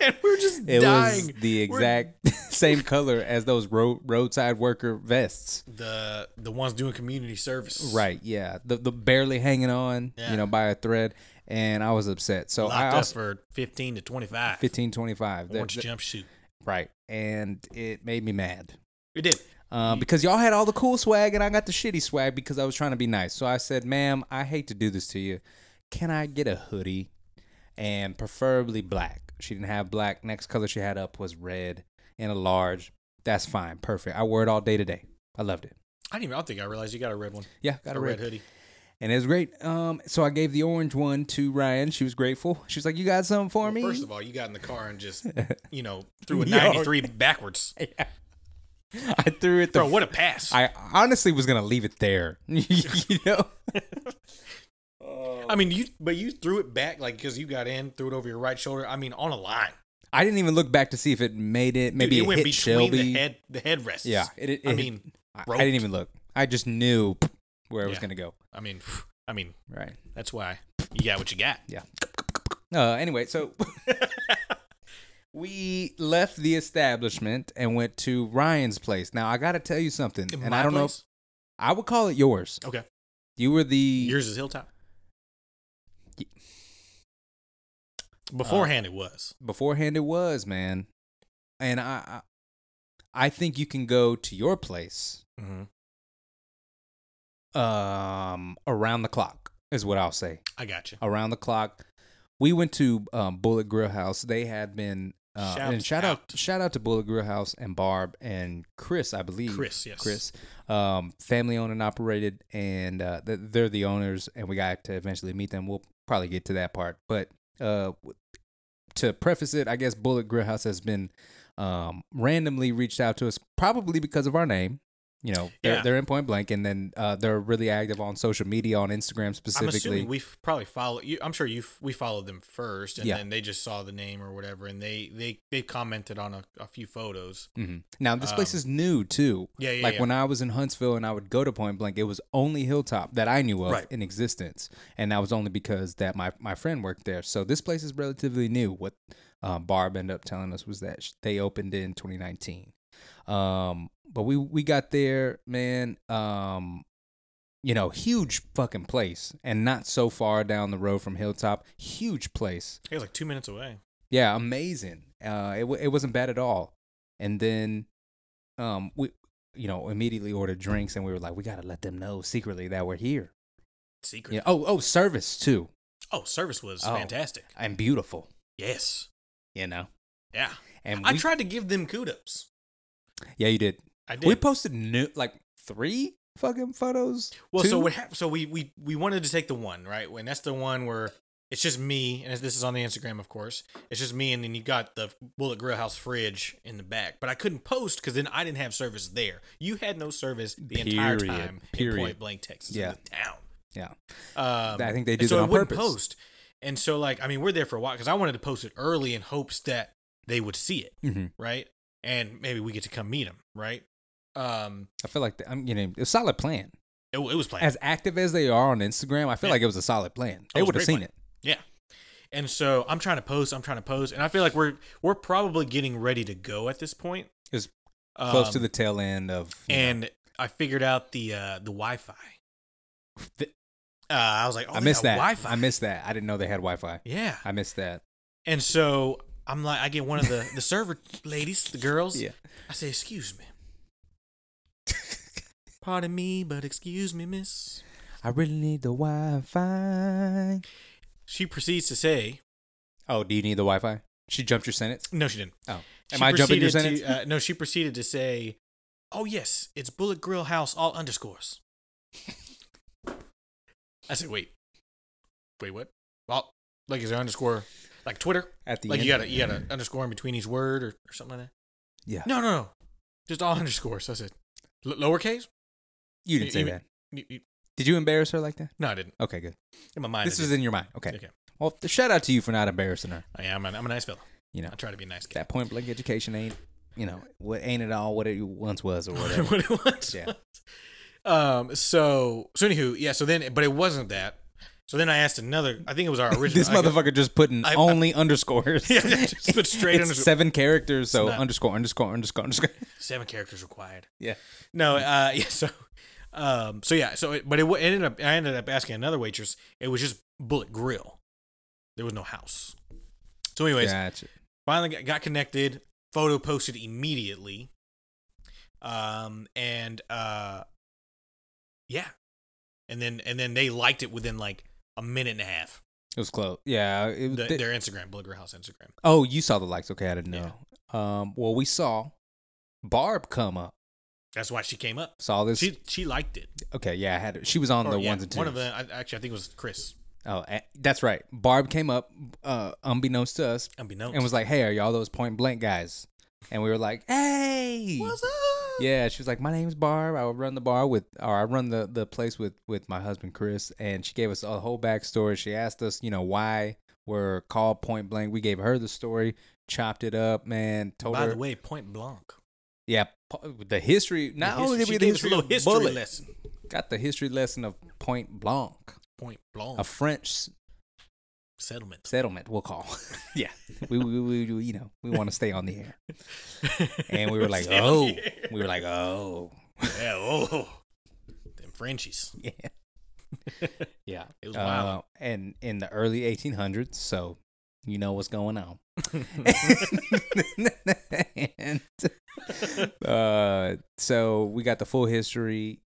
S5: and we're just
S4: it
S5: dying
S4: was the
S5: We're-
S4: exact same color as those road roadside worker vests.
S5: the the ones doing community service
S4: Right, yeah, the the barely hanging on,
S5: Yeah.
S4: you know, by a thread, and I was upset. So
S5: locked
S4: I
S5: up
S4: also
S5: for 15 to 25
S4: fifteen twenty five,
S5: orange jumpsuit
S4: right, and it made me mad.
S5: it did
S4: Um, because y'all had all the cool swag and I got the shitty swag because I was trying to be nice. So I said, "Ma'am, I hate to do this to you. Can I get a hoodie, and preferably black?" She didn't have black. Next color she had up was red and a large. That's fine, perfect. I wore it all day today. I loved it.
S5: i didn't even i don't think i realized you got a red one
S4: Yeah, got
S5: a red hoodie
S4: and it was great. Um, so I gave the orange one to Ryan. She was grateful. She was like, "You got something for me?"
S5: well, first of all you got in the car and just you know threw a
S4: Yo.
S5: 93 backwards
S4: I threw it. The
S5: bro what a pass I,
S4: I honestly was gonna leave it there. you know.
S5: mean you but you threw it back like because you got in threw it over your right shoulder i mean on a line
S4: I didn't even look back to see if it made it. Maybe
S5: Dude,
S4: it, hit Shelby.
S5: the head the headrests.
S4: Yeah, it, it,
S5: I
S4: it-
S5: mean,
S4: I, I
S5: roped.
S4: didn't even look. I just knew where it was
S5: Yeah.
S4: gonna go.
S5: I mean, I mean,
S4: Right.
S5: that's why you got what you got.
S4: Uh, anyway, so we left the establishment and went to Ryan's place. Now I gotta tell you something, and I don't know. If, I would call it yours.
S5: know. okay,
S4: You were the
S5: yours is Hilltop. Uh, Beforehand, it was.
S4: beforehand. It was man, and I, I, I think you can go to your place
S5: Mm-hmm.
S4: um around the clock is what I'll say.
S5: I got you.
S4: around the clock. We went to um, Bullet Grill House. They had been Uh,
S5: Shout
S4: and shout out.
S5: out.
S4: shout out to Bullet Grill House and Barb and Chris, I believe.
S5: Chris, yes.
S4: Chris, um, family owned and operated, and uh, th- they're the owners. And we got to eventually meet them. We'll probably get to that part, but uh, w- to preface it, I guess Bullet Grill House has been um, randomly reached out to us, probably because of our name. You know, they're,
S5: Yeah.
S4: they're in Point Blank, and then uh, they're really active on social media, on Instagram
S5: I'm
S4: specifically.
S5: assuming we f- probably follow you. I'm sure you f- we followed them first, and
S4: Yeah.
S5: then they just saw the name or whatever, and they they they commented on a, a few photos.
S4: hmm Now this place
S5: Um,
S4: is new too.
S5: yeah, yeah,
S4: Like
S5: yeah.
S4: when I was in Huntsville and I would go to Point Blank, it was only Hilltop that I knew of
S5: Right.
S4: in existence, and that was only because that my my friend worked there. So this place is relatively new. What uh, Barb ended up telling us was that sh- they opened in 2019. Um, but we we got there, man. Um, you know, huge fucking place, and not so far down the road from Hilltop. Huge place.
S5: It was like two minutes away.
S4: Yeah, amazing. Uh, it w- it wasn't bad at all. And then, um, we you know immediately ordered drinks, and we were like, we gotta let them know secretly that we're here.
S5: Secret.
S4: Yeah. Oh, oh, service too,
S5: Oh, service was
S4: Oh.
S5: fantastic.
S4: and beautiful.
S5: Yes.
S4: You know.
S5: Yeah.
S4: And
S5: I
S4: we-
S5: tried to give them kudos.
S4: Yeah, you did.
S5: I did.
S4: We posted new like three fucking photos.
S5: Well, so
S4: Two?
S5: what happened? So we we we wanted to take the one right, and that's the one where it's just me, and this is on the Instagram, of course. It's just me, and then you got the Bullet Grill House fridge in the back, but I couldn't post because then I didn't have service there. You had no service the entire
S4: Period.
S5: time
S4: Period.
S5: in Point Blank, Texas,
S4: Yeah.
S5: in the town.
S4: Yeah.
S5: Um,
S4: I think they
S5: and
S4: do
S5: so
S4: that
S5: it
S4: on
S5: wouldn't
S4: purpose.
S5: Post, and so like I mean, we're there for a while because I wanted to post it early in hopes that they would see it,
S4: Mm-hmm.
S5: right? And maybe we get to come meet them, right? Um,
S4: I feel like the, I'm you know a solid plan.
S5: it, it was planned.
S4: As active as they are on Instagram, I feel
S5: Yeah.
S4: like it was a solid plan. They
S5: was a
S4: would have
S5: great
S4: seen
S5: plan.
S4: it.
S5: Yeah. And so I'm trying to post, I'm trying to post, and I feel like we're we're probably getting ready to go at this point.
S4: It's close to
S5: Um,
S4: the tail end of you know,
S5: and I figured out the uh the Wi-Fi.
S4: the-
S5: Uh, I was like, oh,
S4: I
S5: they
S4: missed
S5: got
S4: that.
S5: Wi-Fi.
S4: I missed that. I didn't know they had Wi-Fi.
S5: Yeah.
S4: I missed that.
S5: And so I'm like, I get one of the the server ladies, the girls.
S4: Yeah.
S5: I say, excuse me. Pardon me, but excuse me, miss.
S4: I really need the Wi-Fi.
S5: She proceeds to say,
S4: Oh, do you need the Wi-Fi? She jumped your sentence.
S5: no, she didn't.
S4: Oh,
S5: She
S4: am I jumping your
S5: proceeded
S4: sentence?
S5: to- uh, no, she proceeded to say, "Oh yes, it's Bullet Grill House, all underscores." I said, "Wait, wait, what? Well, like is there underscore like Twitter?
S4: At the
S5: like
S4: end.
S5: you got to you got to underscore in between each word or, or something like
S4: yeah.
S5: that? No, no, no, just all underscores." I said, L- "Lowercase?
S4: you didn't say
S5: you-
S4: that.
S5: You- you-
S4: Did you embarrass her like that?
S5: No, I didn't.
S4: Okay, good.
S5: In my mind,
S4: This
S5: I,
S4: was in your mind. Okay.
S5: Okay.
S4: Well, th- shout out to you for not embarrassing her.
S5: did. I am. I'm a nice fella.
S4: You know
S5: I try to be a nice guy.
S4: that point blank education ain't, you know, what ain't at all what it once was or whatever.
S5: what it was.
S4: Yeah.
S5: Um. So. So anywho, yeah. So then, but it wasn't that. So then I asked another. I think it was our original.
S4: this
S5: I go-
S4: motherfucker just putting
S5: I- I-
S4: only underscores.
S5: Yeah, just put straight
S4: it's
S5: underscore.
S4: seven characters, so
S5: not-
S4: underscore underscore underscore underscore.
S5: Seven characters required.
S4: yeah.
S5: No. Uh. Yeah. So. Um. So yeah. So it, but it, wa- it ended up. I ended up asking another waitress. It was just Bullet Grill. There was no house. So anyways,
S4: Gotcha.
S5: finally got, got connected photo posted immediately um and uh yeah and then and then they liked it within like a minute and a half
S4: It was close. Yeah. It,
S5: the,
S4: th-
S5: their instagram blugger house instagram
S4: oh, you saw the likes. Okay, I didn't
S5: Yeah.
S4: know. Um, well, we saw Barb come up.
S5: that's why she came up
S4: Saw this.
S5: she she liked it
S4: okay, yeah, I had. She was on
S5: Or,
S4: the
S5: yeah,
S4: ones and twos.
S5: one of the I, actually i think it was chris
S4: Oh, a- that's right. Barb came up, uh, unbeknownst to us,
S5: unbeknownst
S4: and was like, "Hey, are y'all those Point Blank guys?" And we were like, "Hey,
S5: what's up
S4: Yeah, she was like, "My name's Barb. I run the bar with, or I run the the place with with my husband Chris." And she gave us a whole backstory. She asked us, you know, why we're called Point Blank. We gave her the story, chopped it up, man. Told
S5: by
S4: her,
S5: the way point blank
S4: yeah, po- the history.
S5: The
S4: Not
S5: history-
S4: only did
S5: she
S4: we the
S5: gave us a
S4: history,
S5: little
S4: of
S5: history
S4: Bullet,
S5: lesson
S4: got the history lesson of Point Blanc,
S5: point blank
S4: a French s-
S5: settlement
S4: settlement. We'll call. yeah, we, we, we, we you know we want to stay on the air, and we were like,
S5: Stay on
S4: oh,
S5: the air.
S4: we were like, oh,
S5: yeah oh them frenchies
S4: yeah. yeah.
S5: It was wild.
S4: Uh, and in the early 1800s, so you know what's going on. and, uh, so we got the full history.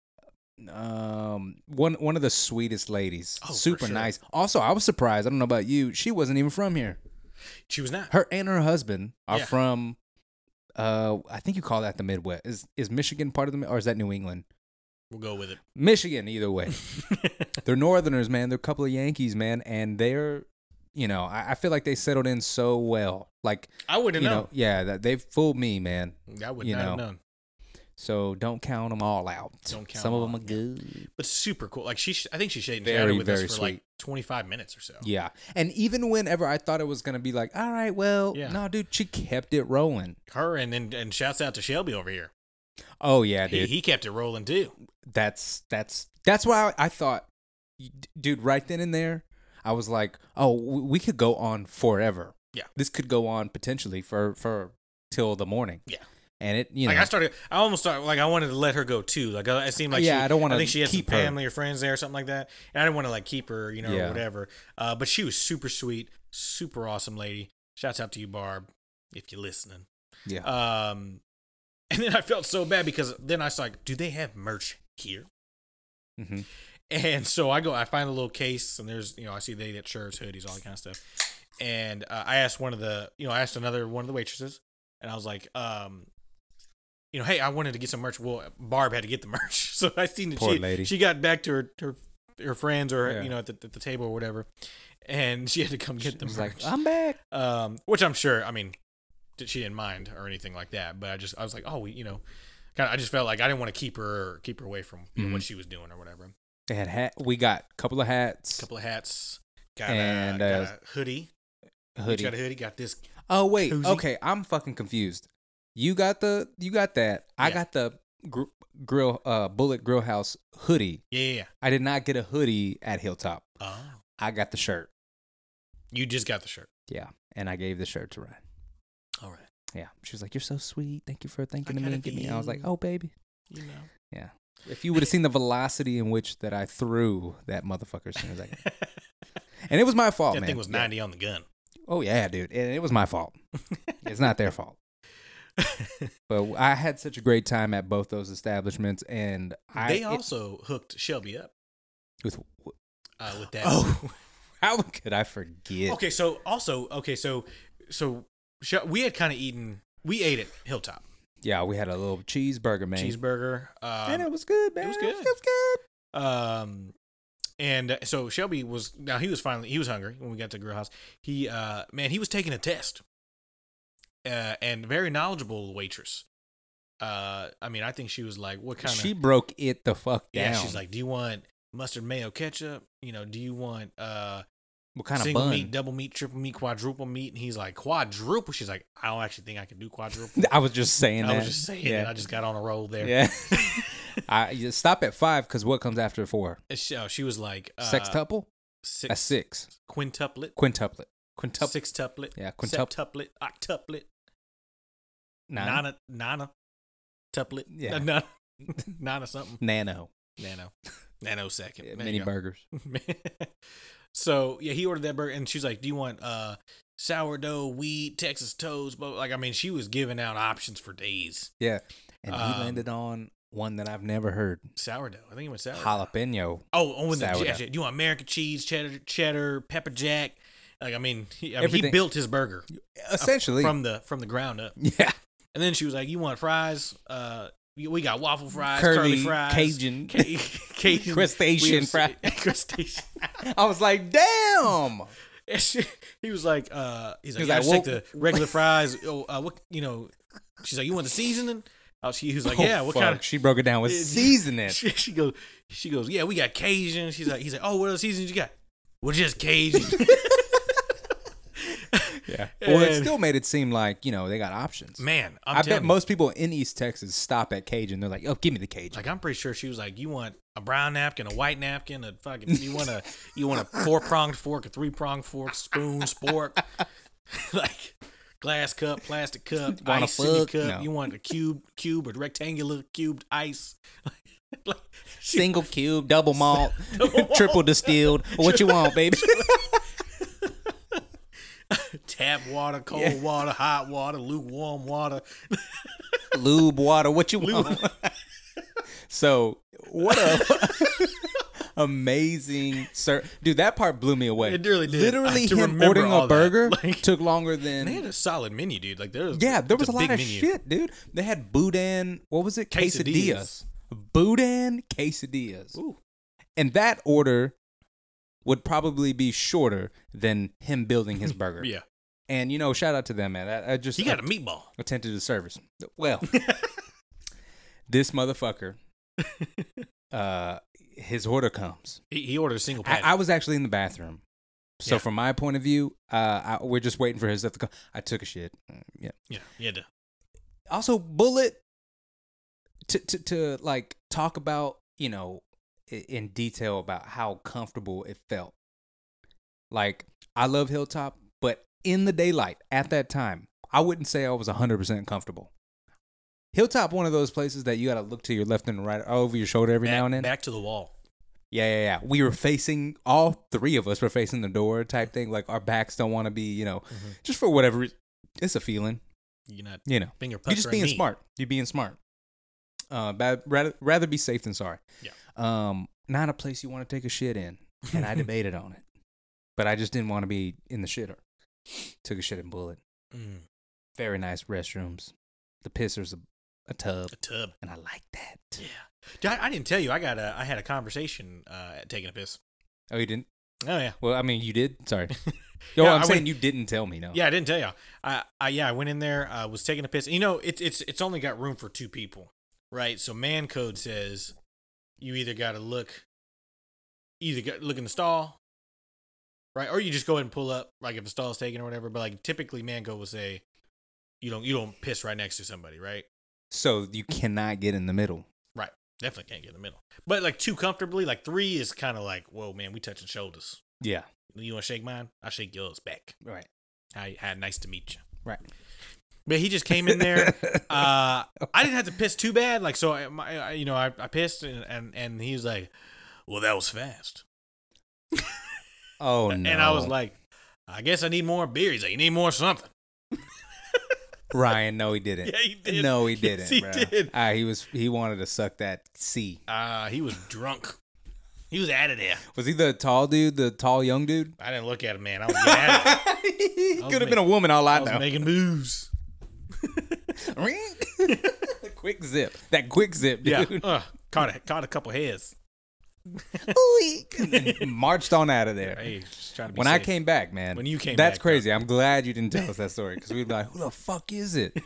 S4: Um, one one of the sweetest ladies,
S5: Oh, for
S4: super
S5: sure.
S4: nice. Also, I was surprised. I don't know about you. She wasn't even from here.
S5: She was not.
S4: Her and her husband are
S5: Yeah.
S4: from. Uh, I think you call that the Midwest. Is is Michigan part of the Mi- or is that New England?
S5: We'll go with
S4: Michigan, either way.
S5: it.
S4: they're Northerners, man. They're a couple of Yankees, man, and they're, you know, I, I feel like they settled in so well. Like,
S5: I wouldn't
S4: you
S5: know.
S4: know, yeah, that they've fooled me, man.
S5: I would
S4: you
S5: not have
S4: know.
S5: known.
S4: So don't count them all out.
S5: Don't count
S4: Some
S5: 'em
S4: of them
S5: all
S4: are
S5: out,
S4: good.
S5: But super cool. Like she, sh- I think she shaded
S4: Very,
S5: shadow with us
S4: very
S5: for like
S4: sweet.
S5: 25 minutes or so.
S4: Yeah, and even whenever I thought it was gonna be like, all right, well,
S5: Yeah.
S4: no, dude, she kept it rolling.
S5: Her and then and shouts out to Shelby over here.
S4: Oh yeah,
S5: He,
S4: dude.
S5: he kept it rolling too.
S4: that's that's that's why I, I thought, y- dude, right then and there, I was like, oh, w- we could go on forever.
S5: Yeah.
S4: this could go on potentially for for till the morning.
S5: Yeah.
S4: and it you
S5: like
S4: know
S5: I started, I almost started like I wanted to let her go too. Like I, it seemed like
S4: Yeah,
S5: she,
S4: I don't wanna
S5: think she had
S4: keep
S5: some
S4: her.
S5: family or friends there or something like that, and I didn't want to like keep her, you know, or
S4: Yeah.
S5: whatever. Uh, but she was super sweet, super awesome lady. Shouts out to you, Barb, if you're listening.
S4: yeah.
S5: Um, and then I felt so bad because then I was like, do they have merch here?
S4: Mhm.
S5: And so I go, I find a little case, and there's, you know, I see they get shirts, hoodies, all that kind of stuff. And uh, I asked one of the, you know, I asked another one of the waitresses, and I was like, um, you know, hey, I wanted to get some merch. Well, Barb had to get the merch, so I seen that
S4: Poor
S5: she
S4: lady.
S5: she got back to her her, her friends or
S4: Yeah.
S5: you know at the, at the table or whatever, and she had to come get the
S4: It's
S5: merch.
S4: like "Ah." I'm back.
S5: um, which I'm sure. I mean, that she didn't mind or anything like that. But I just I was like, oh, we, you know, kind of. I just felt like I didn't want to keep her or keep her away from you know,
S4: Mm-hmm.
S5: what she was doing or whatever.
S4: They had hat. We got a couple of hats,
S5: Couple of hats, got,
S4: And,
S5: a,
S4: uh,
S5: got a hoodie. Hoodie.
S4: hoodie.
S5: Got a hoodie. Got this.
S4: oh wait,
S5: koozie.
S4: okay. I'm fucking confused. You got the you got that. I
S5: Yeah.
S4: got the gr- grill uh bullet grill house hoodie.
S5: Yeah, yeah. yeah.
S4: I did not get a hoodie at Hilltop.
S5: Oh,
S4: I got the shirt.
S5: you just got the shirt.
S4: Yeah, and I gave the shirt to Ryan.
S5: All right.
S4: Yeah, she was like, "You're so sweet. Thank you for thinking
S5: I
S4: of
S5: got
S4: me
S5: it
S4: and
S5: for
S4: getting me." I was like, "Oh, baby."
S5: You know.
S4: Yeah. If you would have seen the velocity in which that I threw that motherfucker, as soon as I, and it was my fault,
S5: that
S4: Oh, man.
S5: thing was
S4: Yeah.
S5: 90 on the gun.
S4: Oh yeah, dude, and it was my fault. it's not their fault. But I had such a great time at both those establishments, and I
S5: they
S4: it-
S5: also hooked Shelby up
S4: with,
S5: uh, with that.
S4: oh, how could I forget?
S5: Okay, so also okay, so so Shel- we had kind of eaten. We ate at Hilltop
S4: Yeah, we had a little cheeseburger, man,
S5: cheeseburger, um,
S4: and it was good, man.
S5: was
S4: It
S5: good.
S4: was good.
S5: um, and uh, so Shelby was now he was finally he was hungry when we got to the grill house. He uh man he was taking a test, uh, and very knowledgeable waitress. Uh, I mean I think she was like what kind of
S4: She broke it the fuck down.
S5: yeah she's like do you want mustard mayo ketchup you know do you want uh
S4: what kind of
S5: single
S4: bun?
S5: meat double meat triple meat quadruple meat and he's like quadruple she's like I don't actually think I can do quadruple.
S4: I was just saying
S5: I
S4: that.
S5: was just saying
S4: yeah.
S5: that. I just got on a roll there.
S4: Yeah. I you stop at five because what comes after four?
S5: And She, oh, she was like uh,
S4: Sextuple?
S5: six,
S4: That's six.
S5: quintuplet,
S4: Quintuplet. Quintuplet.
S5: sextuplet,
S4: Yeah, quintup-
S5: septuplet, octuplet,
S4: nine.
S5: nana, nana, tuplet,
S4: Yeah.
S5: uh, nana, nana something,
S4: Nano.
S5: nano, nanosecond,
S4: Yeah,
S5: There
S4: mini
S5: you go.
S4: burgers.
S5: so yeah, he ordered that burger, and she's like, "Do you want uh sourdough, wheat, Texas toast?" But like, I mean, she was giving out options for days.
S4: Yeah. And
S5: Um,
S4: he landed on one that I've never heard.
S5: Sourdough, I think it was sourdough.
S4: Jalapeno.
S5: Oh, oh, and the
S4: Sourdough.
S5: yeah, do you want American cheese, cheddar, cheddar, pepper jack? Like, I mean, he, I mean, he
S4: Everything. Oh,
S5: built his burger
S4: Essentially.
S5: from the from the ground up.
S4: yeah.
S5: And then she was like, "You want fries? Uh, we we got waffle fries, curly,
S4: Curly,
S5: fries,
S4: Cajun.
S5: ca- Cajun
S4: Crustacean
S5: we have-
S4: fry-
S5: crustacean."
S4: I was like, damn.
S5: And she- he was like, uh, "He's like,
S4: He's
S5: yeah,
S4: like,
S5: I just
S4: "Well-
S5: take the regular fries. Oh, uh, what you know?" She's like, "You want the seasoning?" Oh, she he was like, "Yeah,
S4: Oh,
S5: what
S4: fuck.
S5: kind of?"
S4: She broke it down with seasoning.
S5: She, she goes, she goes, "Yeah, we got Cajun." She's like, "He's like, oh, what other seasons you got?" We're just Cajun.
S4: yeah. Well, it
S5: And-
S4: still made it seem like, you know, they got options.
S5: Man, I'm
S4: I
S5: telling
S4: bet
S5: you.
S4: most people in East Texas stop at Cajun. They're like, oh, give me the Cajun.
S5: Like I'm pretty sure she was like, "You want a brown napkin, a white napkin, a fucking you want a you want a four pronged fork, a three pronged fork, spoon, spork, like glass cup, plastic cup,
S4: Want a
S5: ice in your
S4: fork?
S5: cup.
S4: No.
S5: You want a cube, cube or rectangular cubed ice." like,
S4: Single cube, double malt,
S5: Double malt.
S4: triple distilled. What you want, baby?
S5: tap water, cold water, hot water, lukewarm water.
S4: Lube, water, what you want? so, what a amazing sir. Dude, that part blew me away.
S5: It really did.
S4: Literally,
S5: I- to
S4: him
S5: remember
S4: ordering
S5: all
S4: a
S5: that,
S4: burger
S5: like-
S4: took longer
S5: And they had
S4: than.
S5: a solid menu, dude. Like there was
S4: Yeah, there
S5: it's
S4: was a, lot
S5: big
S4: of
S5: menu.
S4: shit, dude. They had boudin. What was it?
S5: Quesadillas.
S4: Boudin quesadillas.
S5: Ooh.
S4: And that order would probably be shorter than him building his burger.
S5: Yeah,
S4: And you know, shout out to them, man. I, I just
S5: he got a meatball.
S4: attempted to service. Well, this motherfucker, uh, his order comes.
S5: He, he ordered a single patty.
S4: I, I was actually in the bathroom. So
S5: Yeah.
S4: from my point of view, uh, I, we're just waiting for his stuff to come. I took a shit. Mm, Yeah.
S5: yeah, yeah. duh.
S4: Also, Bullet to to to like talk about you know i- in detail about how comfortable it felt. Like I love Hilltop, but in the daylight at that time, I wouldn't say I was hundred percent comfortable. Hilltop, one of those places that you got to look to your left and right, all over your shoulder every
S5: Back,
S4: now and then.
S5: back to the wall.
S4: Yeah, yeah, yeah. We were facing all three of us were facing the door type thing. Like our backs don't want to be, you know, just for whatever. reason. It's a feeling,
S5: You're not
S4: you know.
S5: finger pucker.
S4: You're just being smart. You're being smart. Uh, ba- rather rather be safe than sorry.
S5: Yeah.
S4: Um, not a place you want to take a shit in, and I debated on it, but I just didn't want to be in the shitter. Took a shit in Bullet.
S5: Mm,
S4: Very nice restrooms. The pisser's a, a tub,
S5: a tub.
S4: and I like that.
S5: Yeah. Dude, I, I didn't tell you. I got a. I had a conversation uh, taking a piss.
S4: Oh, you didn't?
S5: Oh yeah.
S4: Well, I mean, you did. Sorry. No,
S5: Yeah,
S4: I'm
S5: I
S4: saying
S5: went-
S4: you didn't tell me. No.
S5: Yeah, I didn't tell you. I, I yeah, I went in there. I was taking a piss. You know, it's it's it's only got room for two people, right? So man code says you either got to look, either got, look in the stall, right, or you just go ahead and pull up, like if a stall's taken or whatever. But like typically, man code will say you don't you don't piss right next to somebody, right?
S4: So you cannot get in the middle.
S5: Right. Definitely can't get in the middle. But like two comfortably, like three is kind of like, whoa, man, we touching shoulders.
S4: Yeah.
S5: You want to shake mine? I shake yours back.
S4: Right.
S5: Hi, hi, nice to meet you.
S4: Right.
S5: But he just came in there. uh, I didn't have to piss too bad. Like so, I, my, I, you know, I, I pissed and, and and he was like, "Well, that was fast."
S4: Oh no.
S5: And I was like, "I guess I need more beer." He's like, "You need more something."
S4: Ryan, no, he didn't.
S5: Yeah, he did.
S4: No, he didn't.
S5: Yes, he
S4: bro.
S5: did.
S4: Ah, he was. He wanted to suck that C.
S5: Uh, he was drunk. He was out of there.
S4: Was he the tall dude? The tall young dude?
S5: I didn't look at him, man. I was, mad.
S4: he
S5: was
S4: could have
S5: ma-
S4: been a woman. All I,
S5: I was
S4: know.
S5: making moves.
S4: quick zip. That quick zip,
S5: Yeah,
S4: dude.
S5: Ugh. caught a, caught a couple heads.
S4: And then marched on out of there.
S5: Hey, just trying to be
S4: When I
S5: safe.
S4: came back, man.
S5: When you came
S4: That's
S5: back, bro.
S4: crazy. I'm glad you didn't tell us that story because we'd be like, who the fuck is it?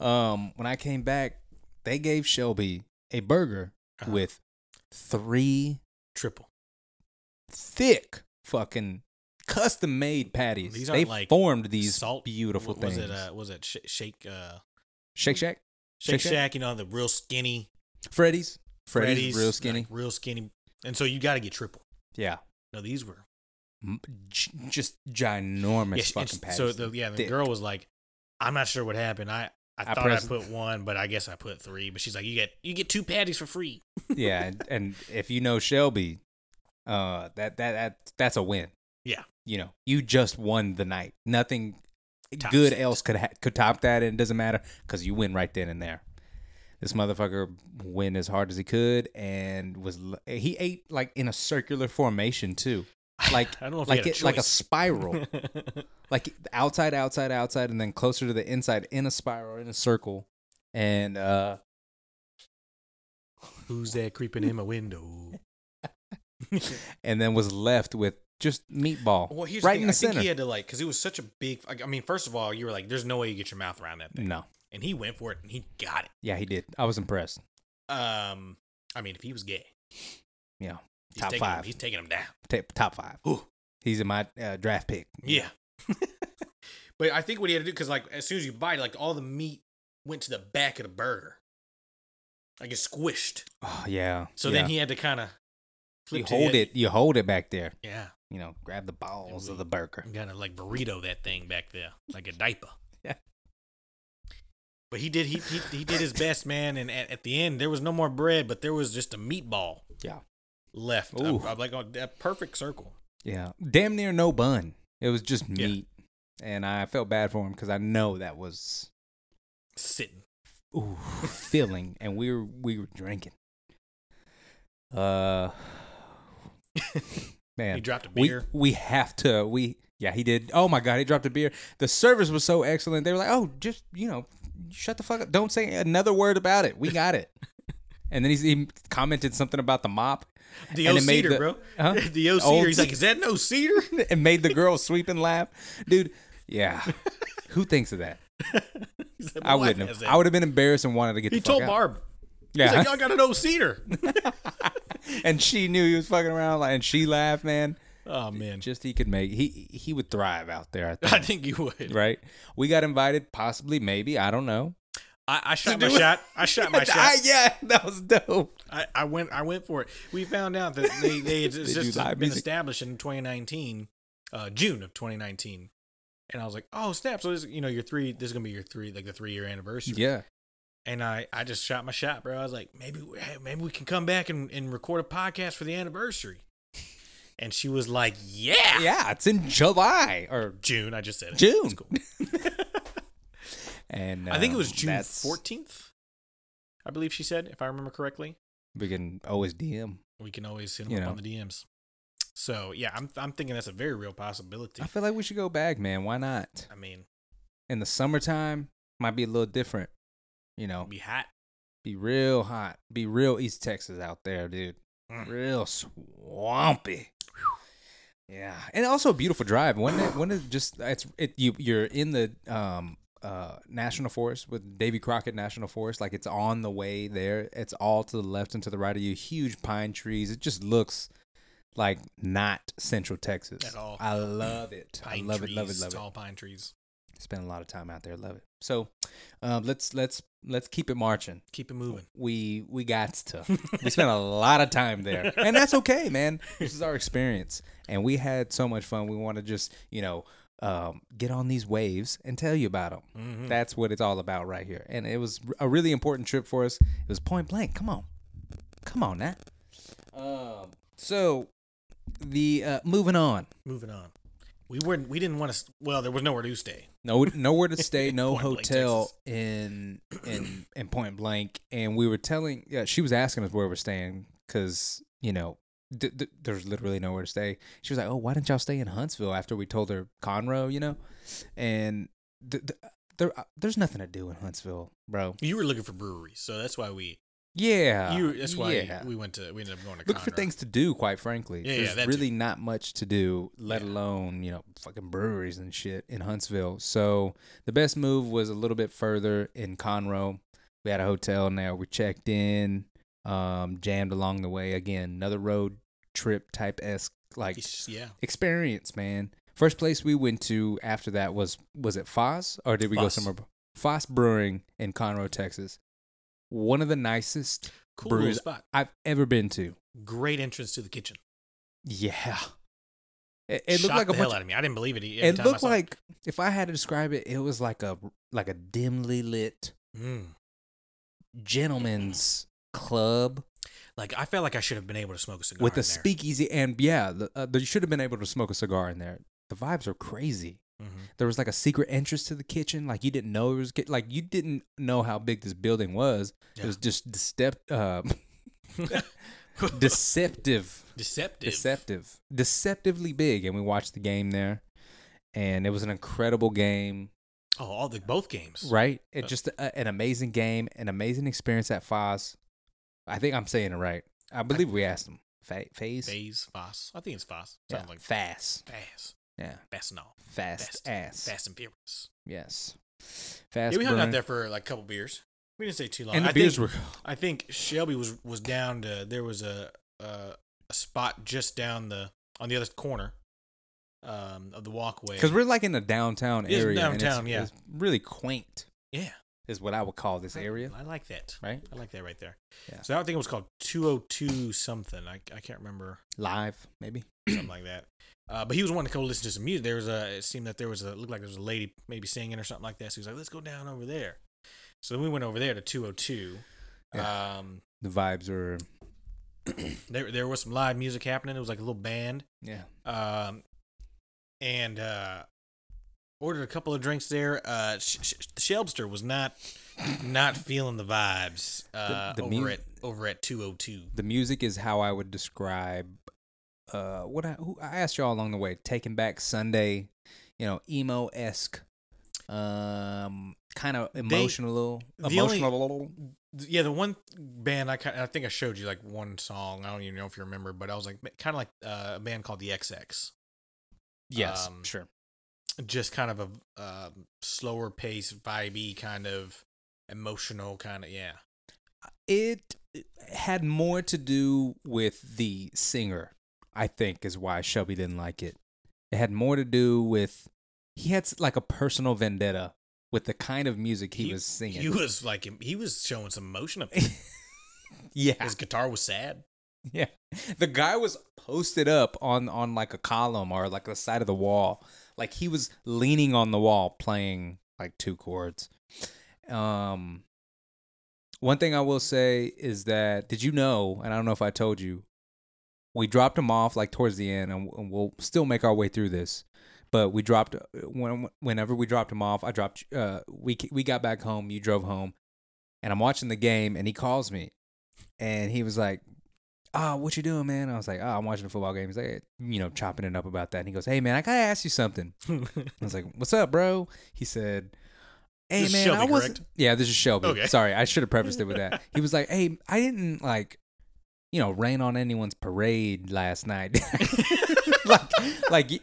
S4: Um, when I came back, they gave Shelby a burger
S5: Uh-huh.
S4: with three
S5: triple.
S4: thick fucking custom made patties.
S5: These
S4: they
S5: aren't like
S4: formed these
S5: Salt
S4: beautiful
S5: what was
S4: things.
S5: it? Uh, was it sh- shake? Uh,
S4: Shake Shack?
S5: Shake
S4: Shake Shack?
S5: Shack, you know, the real skinny.
S4: Freddy's? Freddy's,
S5: Freddy's,
S4: real skinny.
S5: like, real skinny. And so you got to get triple.
S4: yeah.
S5: No, these were.
S4: M- g- just ginormous
S5: Yeah, she- and
S4: fucking
S5: she-
S4: patties.
S5: so the, yeah, the
S4: Thick.
S5: girl was like, "I'm not sure what happened. I, I,
S4: I
S5: thought I
S4: pressed-
S5: put one, but I guess I put three. But she's like, "You get you get two patties for free."
S4: yeah, and, and if you know Shelby, uh, that that that that's a win.
S5: Yeah.
S4: You know, you just won the night. Nothing
S5: Tops
S4: good
S5: it.
S4: else could ha- could top that, and it doesn't matter because you win right then and there. This motherfucker went as hard as he could, and was l- he ate like in a circular formation too, like
S5: I don't know if he
S4: like
S5: had a
S4: it, like a
S5: choice.
S4: spiral, like outside, outside, outside, and then closer to the inside in a spiral in a circle, and uh,
S5: Who's that creeping in my window?
S4: and then was left with just meatball
S5: Well, here's
S4: right
S5: the thing.
S4: in the
S5: I think
S4: center.
S5: he had to like because it was such a big. Like, I mean, first of all, you were like, "There's no way you get your mouth around that thing,"
S4: no,
S5: and he went for it and he got it.
S4: yeah, he did. I was impressed.
S5: Um, I mean, if he was gay,
S4: Yeah,
S5: he's
S4: Top
S5: taking him-
S4: five.
S5: he's taking him down.
S4: Ta- top five.
S5: Ooh.
S4: He's in my uh, draft pick.
S5: Yeah. but I think what he had to do, because like as soon as you bite, like all the meat went to the back of the burger. Like it squished.
S4: Oh, yeah.
S5: So
S4: yeah.
S5: then he had to kind of
S4: you hold it. You hold it back there.
S5: Yeah.
S4: You know, grab the balls
S5: we-
S4: of the burger.
S5: I'm gonna like burrito that thing back there, like a diaper.
S4: Yeah.
S5: But he did he he, he did his best, man, and at, at the end there was no more bread, but there was just a meatball
S4: Yeah.
S5: left. i
S4: Ooh.
S5: like on that perfect circle.
S4: Yeah, damn near no bun. It was just
S5: Mm-hmm. Yeah.
S4: meat, and I felt bad for him because I know that was
S5: Sitting.
S4: ooh, filling, and we were we were drinking. Uh, Man,
S5: He dropped a
S4: we-
S5: beer.
S4: We, have to. We yeah, he did. Oh my god, he dropped a beer. The service was so excellent. They were like, oh, just you know, shut the fuck up. Don't say another word about it. We got it. and then he's, he commented something about the mop.
S5: The
S4: and
S5: old
S4: it made
S5: cedar,
S4: the-
S5: bro.
S4: Huh?
S5: The old
S4: Old
S5: cedar. He's like,
S4: cedar.
S5: is that no cedar?
S4: it made the girl sweep and laugh, dude. Yeah, who thinks of that?
S5: He's like,
S4: I
S5: "My wife
S4: wouldn't
S5: has
S4: have.
S5: that."
S4: I would have been embarrassed and wanted to get.
S5: He
S4: the fuck
S5: told
S4: out.
S5: Barb. He's
S4: Yeah,
S5: like, y'all got an old cedar.
S4: and she knew he was fucking around, like, and she laughed, man.
S5: Oh man,
S4: Just he could make he he would thrive out there. I think.
S5: I think you would.
S4: right? We got invited, possibly, maybe, I don't know.
S5: I, I shot my
S4: do it.
S5: shot. I shot my shot.
S4: I, yeah, that was dope.
S5: I, I went I went for it. We found out that they they had
S4: do
S5: just
S4: live
S5: been
S4: music.
S5: established in 2019, uh, June of 2019, and I was like, oh snap! So this you know your three this is gonna be your three like the three year anniversary.
S4: Yeah,
S5: And I I just shot my shot, bro. I was like, maybe we- hey, maybe we can come back and, and record a podcast for the anniversary. And she was like, yeah,
S4: yeah, it's in July or
S5: June. I just said it.
S4: June.
S5: It's cool.
S4: and
S5: I think it
S4: um,
S5: was June
S4: that's-
S5: 14th. I believe she said, if I remember correctly.
S4: We can always DM.
S5: we can always hit them
S4: You
S5: up
S4: know.
S5: on the DMs. So yeah, I'm I'm thinking that's a very real possibility.
S4: I feel like we should go back, man. Why not?
S5: I mean,
S4: In the summertime, might be a little different. You know,
S5: it'd be hot.
S4: be real hot, be real East Texas out there, dude.
S5: Mm.
S4: Real swampy. Yeah, and also a beautiful drive. When it, when it just it's it you you're in the um uh national forest with Davy Crockett National Forest, like it's on the way there. It's all to the left and to the right of you. Huge pine trees. It just looks like not Central Texas
S5: At all.
S4: I love it.
S5: Pine
S4: I love
S5: trees,
S4: it. Love it. Love it.
S5: tall pine trees.
S4: Spend a lot of time out there. Love it. So, um, let's let's let's keep it marching
S5: Keep it moving.
S4: Oh. we we got to. we spent a lot of time there, and that's okay, man. This is our experience, and we had so much fun. We want to just you know um, get on these waves and tell you about them.
S5: Mhm.
S4: That's what it's all about right here, and it was a really important trip for us. It was point blank. Come on, come on, now. Um, so the uh, moving on.
S5: Moving on. We weren't. We didn't want to. Well, there was nowhere to stay.
S4: No, nowhere to stay, no
S5: Point Blank,
S4: hotel in in in Point Blank, and we were telling. Yeah, she was asking us where we're staying because you know d- d- there's literally nowhere to stay. She was like, "Oh, why didn't y'all stay in Huntsville?" After we told her Conroe, you know, and th- th- there uh, there's nothing to do in Huntsville, bro.
S5: You were looking for breweries, so that's why we.
S4: Yeah,
S5: you. That's why
S4: Uh, yeah.
S5: we went to. We ended up going to.
S4: Look for
S5: Conroe.
S4: things to do, quite frankly.
S5: Yeah, yeah,
S4: There's
S5: that too.
S4: really not much to do, let
S5: Yeah.
S4: alone, you know, fucking breweries and shit in Huntsville. So the best move was a little bit further in Conroe. We had a hotel now. We checked in, um, jammed along the way. Again, another road trip type esque like
S5: It's just- Yeah.
S4: experience, man. First place we went to after that was was it Foss or did we go
S5: Foss.
S4: somewhere? Foss Brewing in Conroe, Texas. One of the nicest
S5: Cool little
S4: brews
S5: spot.
S4: I've ever been to.
S5: Great entrance to the kitchen.
S4: Yeah. It, it looked
S5: Shocked
S4: like a
S5: the hell
S4: bunch.
S5: out of me. I didn't believe it. e, Every
S4: It
S5: time I
S4: looked
S5: saw
S4: like if I had to describe it, it was like a like a dimly lit
S5: Mm.
S4: gentleman's club
S5: Like I felt like I should have been able to smoke a cigar
S4: with a
S5: in there.
S4: speakeasy, and yeah, the, uh, you should have been able to smoke a cigar in there. The vibes are crazy.
S5: Mhm.
S4: There was like a secret entrance to the kitchen, like you didn't know it was get, like you didn't know how big this building was. It
S5: Yeah.
S4: was just decept, uh, deceptive.
S5: Deceptive.
S4: deceptive, deceptively big, and we watched the game there, and it was an incredible game,
S5: Oh, all the both games.
S4: right? It
S5: Uh,
S4: just a, an amazing game, an amazing experience at Foz. I think I'm saying it right. I believe we asked them. Fa- phase,
S5: Phase, Foss. I think it's Foss.
S4: yeah.
S5: Sounds like
S4: fast,
S5: fast,
S4: yeah,
S5: fast and all,
S4: fast,
S5: Fast.
S4: ass,
S5: fast and furious.
S4: yes, fast.
S5: Yeah, we hung
S4: brewing.
S5: out there for like a couple beers. We didn't stay too long.
S4: and the
S5: I
S4: beers
S5: think,
S4: were
S5: I think Shelby was was down to. There was a a, a spot just down the on the other corner, um, of the walkway.
S4: because we're like in a downtown
S5: It's
S4: area. and
S5: downtown, yeah.
S4: it's really quaint
S5: yeah,
S4: is what I would call this area,
S5: I, I like that.
S4: right?
S5: I like that right there.
S4: Yeah.
S5: So I think it was called 202 something. I, I can't remember.
S4: Live, maybe.
S5: something like that. Uh, but he was wanting to go listen to some music. There was a it seemed that there was a looked like there was a lady maybe singing or something like that. So he was like, let's go down over there. So then we went over there to 202. Um,
S4: The vibes are,
S5: there there was some live music happening. It was like a little band.
S4: yeah.
S5: Um, and uh, ordered a couple of drinks there. Uh, Sh- Sh- Shelbster was not not feeling the vibes uh,
S4: the
S5: over
S4: mu-
S5: at oh over at 202.
S4: the music is how I would describe uh what I who, I asked y'all along the way, Taking Back Sunday, you know, emo esque, um, kind of emotional,
S5: the only-
S4: emotional.
S5: yeah, the one band I kind I think I showed you like one song. I don't even know if you remember, but I was like kind of like uh, a band called the XX.
S4: yes,
S5: um,
S4: sure.
S5: Just kind of a uh, slower pace, vibey kind of emotional kind of yeah.
S4: It had more to do with the singer, I think, is why Shelby didn't like it. It had more to do with he had s- like a personal vendetta with the kind of music he, was singing.
S5: He was like he was showing some emotion up there.
S4: yeah,
S5: His guitar was sad.
S4: yeah. The guy was posted up on on like a column or like the side of the wall, like he was leaning on the wall playing like two chords. Um, one thing I will say is that did you know? And I don't know if I told you, we dropped him off like towards the end, and, and we'll still make our way through this. But we dropped uh, when whenever we dropped him off, I dropped. Uh, we we got back home. You drove home, and I'm watching the game, and he calls me, and he was like, "Ah, what you doing, man?" I was like, "Ah, I'm watching the football game." He's like, eh, you know, chopping it up about that, and he goes, "Hey, man, I gotta ask you something." I was like, "What's up, bro?" He said, "Hey,
S5: This is
S4: man,
S5: Shelby,
S4: I was
S5: correct?
S4: yeah, this is Shelby.
S5: Okay.
S4: Sorry, I should have prefaced it with that. He was like, "Hey, I didn't like, you know, rain on anyone's parade last night. like, like, y-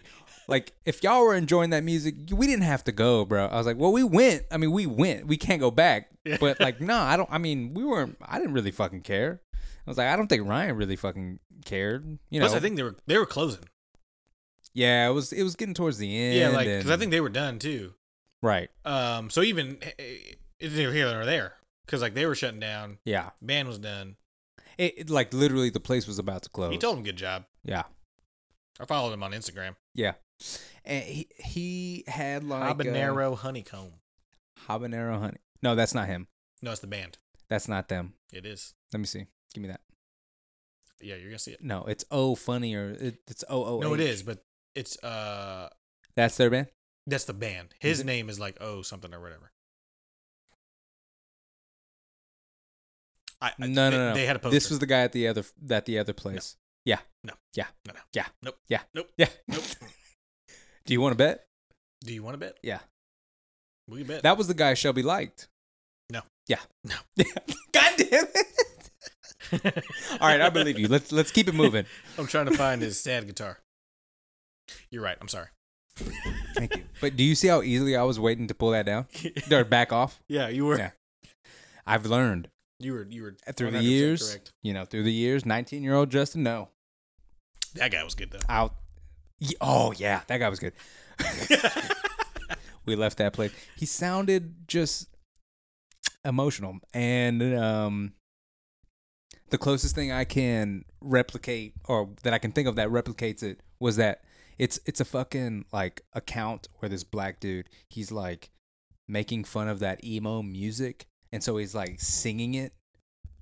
S4: like if y'all were enjoying that music, we didn't have to go, bro." I was like, "Well, we went. I mean, we went. We can't go back." But like, no, I don't. I mean, we weren't. I didn't really fucking care. I was like, I don't think Ryan really fucking cared. You know,
S5: Plus, I think they were they were closing.
S4: yeah, it was it was getting towards the end.
S5: yeah, like because I
S4: and-
S5: think they were done too.
S4: right.
S5: Um, so even eh, eh, it's neither here nor there because like they were shutting down,
S4: Yeah,
S5: band was done.
S4: it, it like literally the place was about to close.
S5: He told him good job.
S4: yeah.
S5: I followed him on Instagram.
S4: Yeah. And he, he had like
S5: Habanero honeycomb.
S4: uh, habanero honey. No, that's not him.
S5: No, it's the band.
S4: That's not them.
S5: It is.
S4: Let me see. Give me that.
S5: Yeah, you're gonna see it.
S4: No, it's oh funnier. It, it's oh oh.
S5: no, it is, but it's uh,
S4: That's their band.
S5: that's the band.
S4: Is
S5: His
S4: it-
S5: name is like oh something or whatever. I, I-
S4: No,
S5: they,
S4: no, no.
S5: They had a poster.
S4: This was the guy at the other at the other place. Yeah.
S5: No.
S4: Yeah.
S5: No, no.
S4: Yeah.
S5: Nope.
S4: Yeah.
S5: Nope.
S4: Yeah.
S5: Nope.
S4: Do you want to bet?
S5: Do you want to bet?
S4: Yeah.
S5: We can bet.
S4: That was the guy Shelby liked.
S5: No.
S4: Yeah.
S5: No.
S4: God damn it. All right, I believe you. Let's let's keep it moving.
S5: I'm trying to find his sad guitar. You're right. I'm sorry.
S4: Thank you. But do you see how easily I was waiting to pull that down? Or back off?
S5: Yeah, you were.
S4: Yeah. I've learned.
S5: You were. You were
S4: through the
S5: 100%
S4: years,
S5: Correct.
S4: you know, through the years, 19 year old Justin, no,
S5: That guy was good though.
S4: out. Ye- Oh yeah, that guy was good. we left that place. He sounded just emotional, and um, the closest thing I can replicate or that I can think of that replicates it was that it's it's a fucking like account where this black dude he's like making fun of that emo music, and so he's like singing it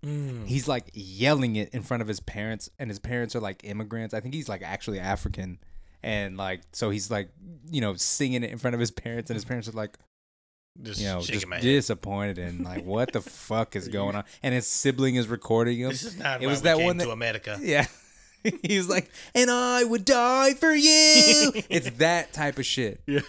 S5: Mm.
S4: he's like yelling it in front of his parents and his parents are like immigrants i think he's like actually african and like so he's like you know singing it in front of his parents and his parents are like
S5: Just
S4: you know
S5: shaking
S4: just
S5: my head.
S4: disappointed and like what the fuck is going on and his sibling is recording him
S5: This is not.
S4: it
S5: why
S4: was
S5: we
S4: that
S5: came
S4: one
S5: to
S4: that-
S5: America.
S4: yeah he's like and i would die for you it's that type of shit
S5: Yeah.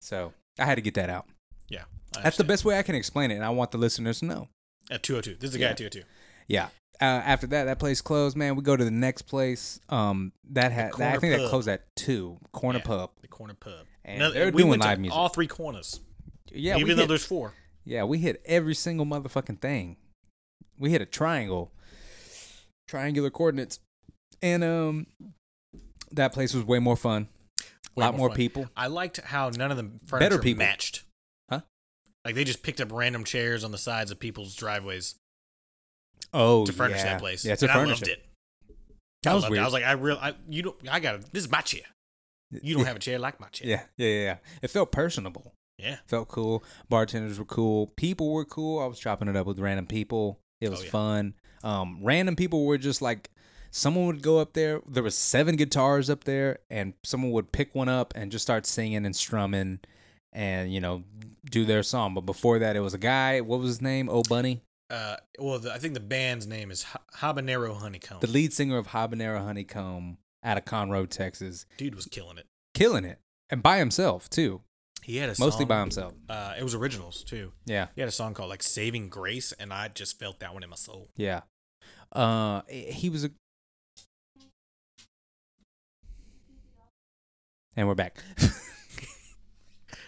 S4: so i had to get that out
S5: Yeah. I
S4: that's the
S5: understand.
S4: best way i can explain it and i want the listeners to know
S5: At 202. This is the
S4: Yeah.
S5: guy at 202.
S4: Yeah. Uh, after that, that place closed. Man, we go to the next place. Um, that had
S5: The
S4: that, I
S5: corner
S4: think that
S5: pub.
S4: closed at two corner
S5: Yeah.
S4: pub.
S5: The corner pub.
S4: And
S5: Another-
S4: they're
S5: we
S4: doing
S5: went to
S4: live music.
S5: All three corners.
S4: Yeah,
S5: even
S4: we hit,
S5: though there's four.
S4: yeah, we hit every single motherfucking thing. We hit a triangle, triangular coordinates, and um, that place was way more fun. A
S5: Way
S4: lot more
S5: fun.
S4: people.
S5: I liked how none of them furniture
S4: Better people.
S5: matched.
S4: Huh?
S5: Like they just picked up random chairs on the sides of people's driveways
S4: Oh,
S5: to furnish
S4: yeah.
S5: that place.
S4: Yeah, to
S5: and
S4: furnish
S5: I loved it.
S4: That
S5: I
S4: was
S5: loved
S4: weird.
S5: It. I was like, I real, I you don't, I got to This is my chair. You don't have a chair like my chair.
S4: Yeah, yeah, yeah. yeah. It felt personable.
S5: Yeah.
S4: felt cool. Bartenders were cool. People were cool. I was chopping it up with random people. It was
S5: Oh, yeah.
S4: fun. Um, random people were just like someone would go up there. There was seven guitars up there, and someone would pick one up and just start singing and strumming, and you know, do their song. But before that, it was a guy. What was his name? Oh, Bunny,
S5: Uh, well, the, I think the band's name is Ha- Habanero Honeycomb.
S4: the lead singer of Habanero Honeycomb. out of Conroe, Texas,
S5: Dude was killing it.
S4: killing it, and by himself too,
S5: He had a
S4: mostly
S5: song,
S4: by himself.
S5: Uh, it was originals too.
S4: Yeah,
S5: He had a song called like "Saving Grace," and I just felt that one in my soul.
S4: yeah. Uh, he was a. And we're back.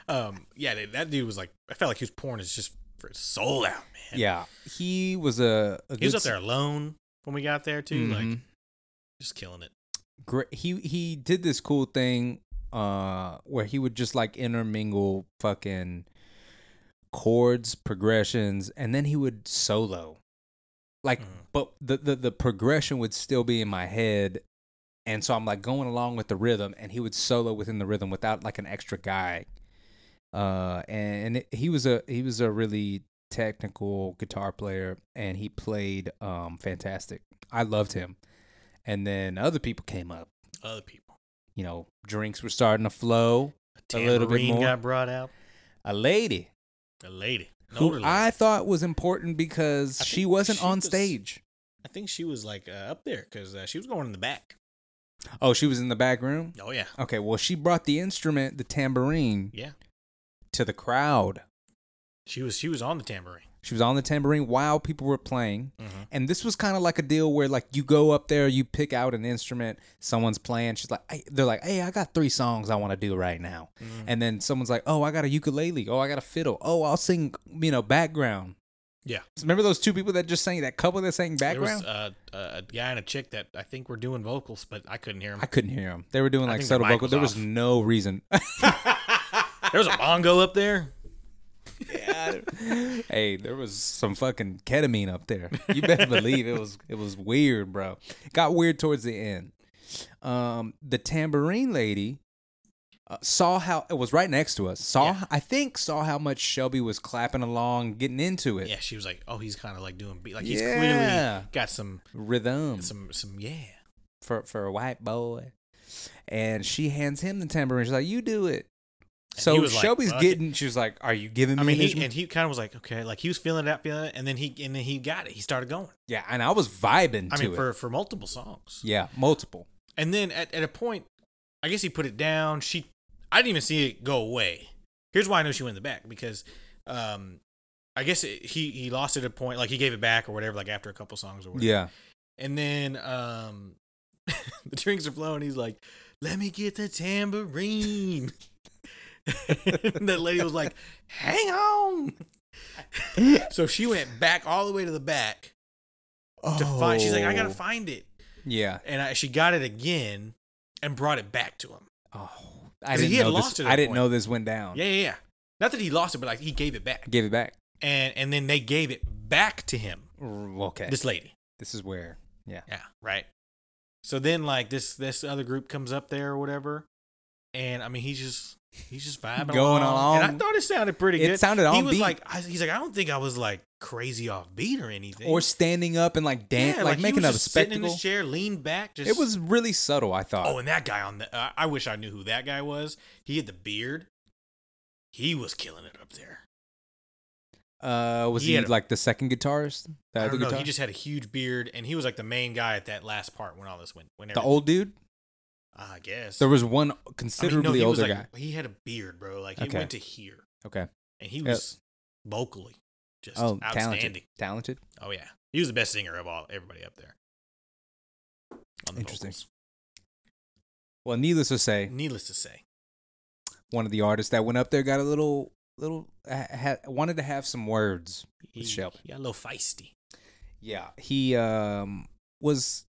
S5: Um, yeah, that- that dude was like, I felt like he was pouring his just for his soul out, man.
S4: yeah, he was a. a
S5: he was
S4: good
S5: up there alone when we got there too, like
S4: Mhm.
S5: just killing it.
S4: great. He he did this cool thing uh where he would just like intermingle fucking chords, progressions, and then he would solo. Like
S5: Mhm.
S4: but the, the the progression would still be in my head and so I'm like going along with the rhythm and he would solo within the rhythm without like an extra guy. Uh and it, he was a he was a really technical guitar player and he played um fantastic. I loved him. And then other people came up.
S5: Other people,
S4: You know, drinks were starting to flow.
S5: a
S4: A little bit more.
S5: got brought out.
S4: A lady
S5: A lady, an
S4: who
S5: older lady.
S4: I thought was important because
S5: I
S4: she
S5: think
S4: wasn't
S5: she
S4: on
S5: was-
S4: stage.
S5: I think she was like uh, up there because uh, she was going in the back.
S4: Oh, she was in the back room?
S5: Oh yeah,
S4: Okay, well, she brought the instrument, the tambourine,
S5: yeah.
S4: to the crowd.
S5: She was she was on the tambourine.
S4: She was on the tambourine while people were playing.
S5: Mhm.
S4: And this was kind of like a deal where, like, you go up there, you pick out an instrument, someone's playing. She's like, I, they're like, hey, I got three songs I want to do right now.
S5: Mm.
S4: And then someone's like, oh, I got a ukulele. Oh, I got a fiddle. Oh, I'll sing, you know, background.
S5: Yeah,
S4: Remember those two people that just sang that couple that sang
S5: there was
S4: background?
S5: uh, a guy and a chick that I think were doing vocals, but I couldn't hear him.
S4: I couldn't hear them. They were doing
S5: I
S4: like
S5: think their
S4: subtle
S5: mic
S4: vocal.
S5: was
S4: There was
S5: off.
S4: no reason.
S5: There was a bongo up there.
S4: hey, there was some fucking ketamine up there. You better believe it was it was weird, bro. Got weird towards the end. Um, the tambourine lady uh, saw how it was right next to us. Saw
S5: Yeah.
S4: I think saw how much Shelby was clapping along, getting into it.
S5: Yeah, she was like, "Oh, he's kind of like doing beat. Like he's
S4: Yeah.
S5: clearly got some,
S4: Rhythm
S5: some, some. Yeah,
S4: for for a white boy. And she hands him the tambourine. She's like, "You do it."
S5: And
S4: So
S5: he was like,
S4: Shelby's
S5: "Fuck it."
S4: getting. She was like, "Are you giving me?"
S5: I mean,
S4: an
S5: he
S4: instrument?"
S5: and he kind of was like, okay, like he was feeling it out, feeling it, and then he and then he got it. He started going.
S4: yeah, and I was vibing
S5: I
S4: to
S5: mean,
S4: it.
S5: for for multiple songs.
S4: yeah, multiple.
S5: And then at, at a point, I guess he put it down. She, I didn't even see it go away. Here's why I know she went in the back because, um, I guess it, he he lost it at a point, like he gave it back or whatever, like after a couple songs or whatever.
S4: Yeah,
S5: And then um the drinks are flowing. He's like, "Let me get the tambourine." and that lady was like, "Hang on." so she went back all the way to the back to find. She's like, "I gotta
S4: Oh.
S5: find it,"
S4: Yeah.
S5: and I, she got it again and brought it back to him.
S4: Oh, I
S5: 'Cause he
S4: didn't
S5: had
S4: know
S5: lost
S4: this.
S5: it at
S4: I
S5: a
S4: didn't
S5: point.
S4: know this went down.
S5: Yeah, yeah, yeah. Not that he lost it, but like he gave it back,
S4: Give it back.
S5: and and then they gave it back to him.
S4: R- Okay. This,
S5: This lady.
S4: is where. Yeah.
S5: Yeah, right. So then like this this other group comes up there or whatever, and I mean he's just he's just vibing
S4: Going
S5: along. And I
S4: along.
S5: thought it sounded pretty
S4: It
S5: good.
S4: sounded
S5: He
S4: on
S5: was
S4: beat.
S5: like I, he's like I don't think I was like crazy off beat or anything.
S4: Or standing up and like
S5: Yeah,
S4: dance, like,
S5: he
S4: making
S5: was
S4: up a
S5: just sitting in
S4: spectacle.
S5: his chair, leaned back. Just
S4: It was really subtle. I thought.
S5: oh, and that guy on the uh, I wish I knew who that guy was. He had the beard. He was killing it up there.
S4: uh, was
S5: he
S4: he,
S5: had a-
S4: like the second guitarist? The
S5: I
S4: other
S5: don't know.
S4: guitar?
S5: He just had a huge beard, and he was like the main guy at that last part when all this went. When
S4: the
S5: everything-
S4: old dude.
S5: I guess
S4: There was one
S5: I mean, no,
S4: considerably
S5: he was
S4: older guy.
S5: like- He had a beard, bro. Like it
S4: Okay.
S5: went to here,
S4: Okay.
S5: and he
S4: Yeah.
S5: was vocally just
S4: Oh,
S5: outstanding.
S4: talented. Talented.
S5: Oh yeah, he was the best singer of all everybody up there. on the
S4: Interesting.
S5: vocals.
S4: Well, needless to say,
S5: Needless to say,
S4: one of the artists that went up there got a little, little, ha- ha- wanted to have some words.
S5: he,
S4: With Shelby.
S5: he got a little feisty.
S4: Yeah, he um was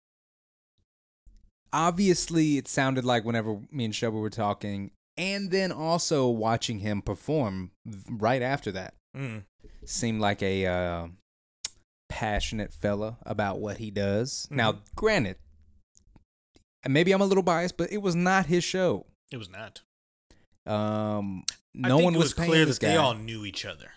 S4: obviously it sounded like whenever me and Shelby were talking and then also watching him perform right after that
S5: Mm.
S4: seemed like a uh, passionate fella about what he does.
S5: Mm-hmm.
S4: Now, granted, and maybe I'm a little biased, but it was not his show.
S5: It was not.
S4: Um
S5: I
S4: no
S5: think
S4: one
S5: it
S4: was, paying
S5: clear
S4: this
S5: that they
S4: guy.
S5: all knew each other.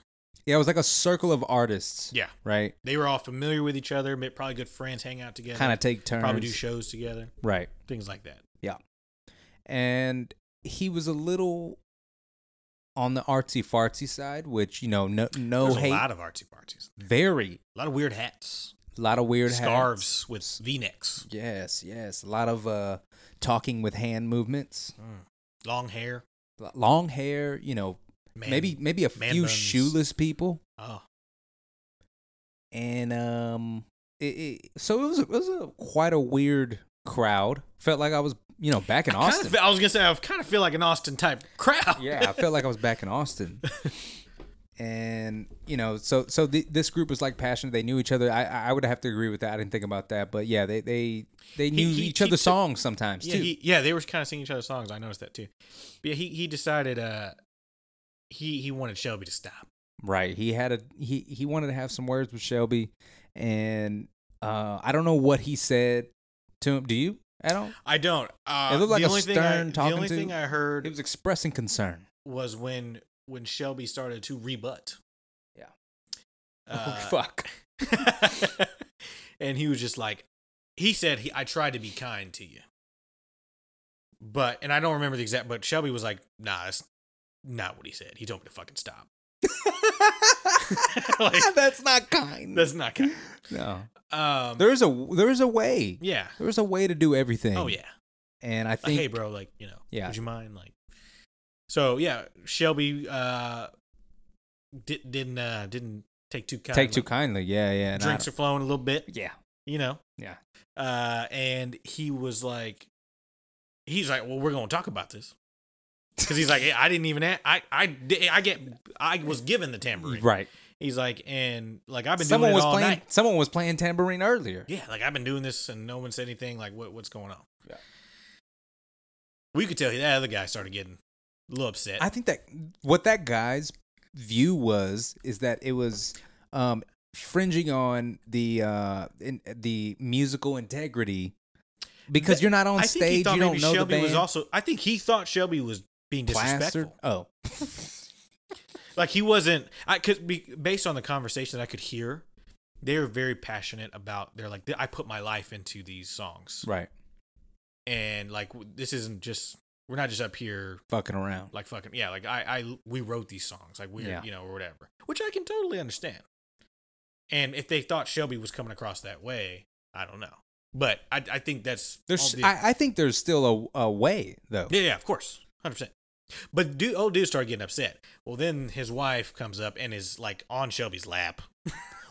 S4: yeah, it was like a circle of artists.
S5: Yeah.
S4: Right?
S5: They were all familiar with each other. ma- Probably good friends, hang out together.
S4: Kind of take turns.
S5: probably do shows together,
S4: Right.
S5: things like that.
S4: and he was a little on the artsy fartsy side, which you know, no no
S5: There's a
S4: hate,
S5: lot of artsy parties,
S4: very
S5: a lot of weird hats.
S4: A lot of weird hats.
S5: scarves with V necks,
S4: Yes, yes. A lot of uh, talking with hand movements.
S5: long hair.
S4: L- Long hair. You know,
S5: Man,
S4: maybe maybe a
S5: man
S4: few
S5: buns.
S4: shoeless people.
S5: Oh,
S4: and um, it, it, so it was it was a, quite a weird crowd. Felt like I was you know back in
S5: I,
S4: Austin.
S5: Kind of, I was gonna say I kind of feel like an Austin type crowd.
S4: yeah, I felt like I was back in Austin. And you know, so so th this group was like passionate. They knew each other. I I I would have to agree with that. I didn't think about that, but yeah, they they they knew
S5: he-
S4: each
S5: he
S4: other's
S5: took-
S4: songs sometimes
S5: yeah,
S4: too.
S5: he, yeah. They were kind of singing each other's songs. I noticed that too. But yeah, he he decided uh he he wanted Shelby to stop.
S4: Right. He had a he he wanted to have some words with Shelby, and uh I don't know what he said to him. Do you at all?
S5: I don't. Uh,
S4: It looked like
S5: the
S4: a
S5: only
S4: stern
S5: thing I,
S4: talking
S5: The only
S4: to.
S5: thing I heard
S4: He was expressing concern.
S5: was when when Shelby started to rebut.
S4: Yeah.
S5: Uh,
S4: oh, fuck.
S5: and he was just like, he said, he, I tried to be kind to you. But, and I don't remember the exact, but Shelby was like, nah, that's not what he said. He told me to fucking stop. like,
S4: that's not kind.
S5: that's not kind.
S4: no.
S5: Um,
S4: There's a there's a way.
S5: yeah.
S4: There's a way to do everything.
S5: Oh, yeah.
S4: And I
S5: Like,
S4: think
S5: hey, bro, like, you know,
S4: Yeah.
S5: would you mind? Like, so yeah, Shelby, uh, di- didn't, uh, didn't take too kindly.
S4: take too kindly. Yeah, yeah. and I
S5: Drinks are
S4: don't-
S5: flowing a little bit.
S4: yeah.
S5: you know
S4: Yeah.
S5: uh and he was like he's like well we're gonna talk about this because he's like i didn't even a- i i di- i get i was given the tambourine
S4: Right.
S5: he's like and like i've been
S4: Someone
S5: doing
S4: was
S5: it all
S4: playing
S5: night
S4: someone was playing tambourine earlier.
S5: yeah like i've been doing this and no one said anything like what what's going on
S4: Yeah.
S5: we could tell that other guy started getting a little upset
S4: I think that what that guy's view was is that it was um fringing on the uh in, the musical integrity because
S5: That-
S4: you're not on
S5: I think he
S4: stage,
S5: thought
S4: you
S5: maybe
S4: don't know
S5: shelby
S4: the band.
S5: was also i think he thought shelby was being disrespectful
S4: plastered. Oh,
S5: like he wasn't i could be based on the conversation that i could hear they were very passionate about they're like i put my life into these songs
S4: right.
S5: and like w- this isn't just we're not just up here
S4: Fucking around.
S5: like fucking yeah like i i we wrote these songs like we're
S4: Yeah.
S5: you know or whatever which i can totally understand and if they thought shelby was coming across that way i don't know but i, I think that's
S4: There's,
S5: all the-
S4: I, I think there's still a, a way though.
S5: yeah, yeah, of course, hundred percent. But dude, old dude started getting upset. Well, then his wife comes up and is like on Shelby's lap.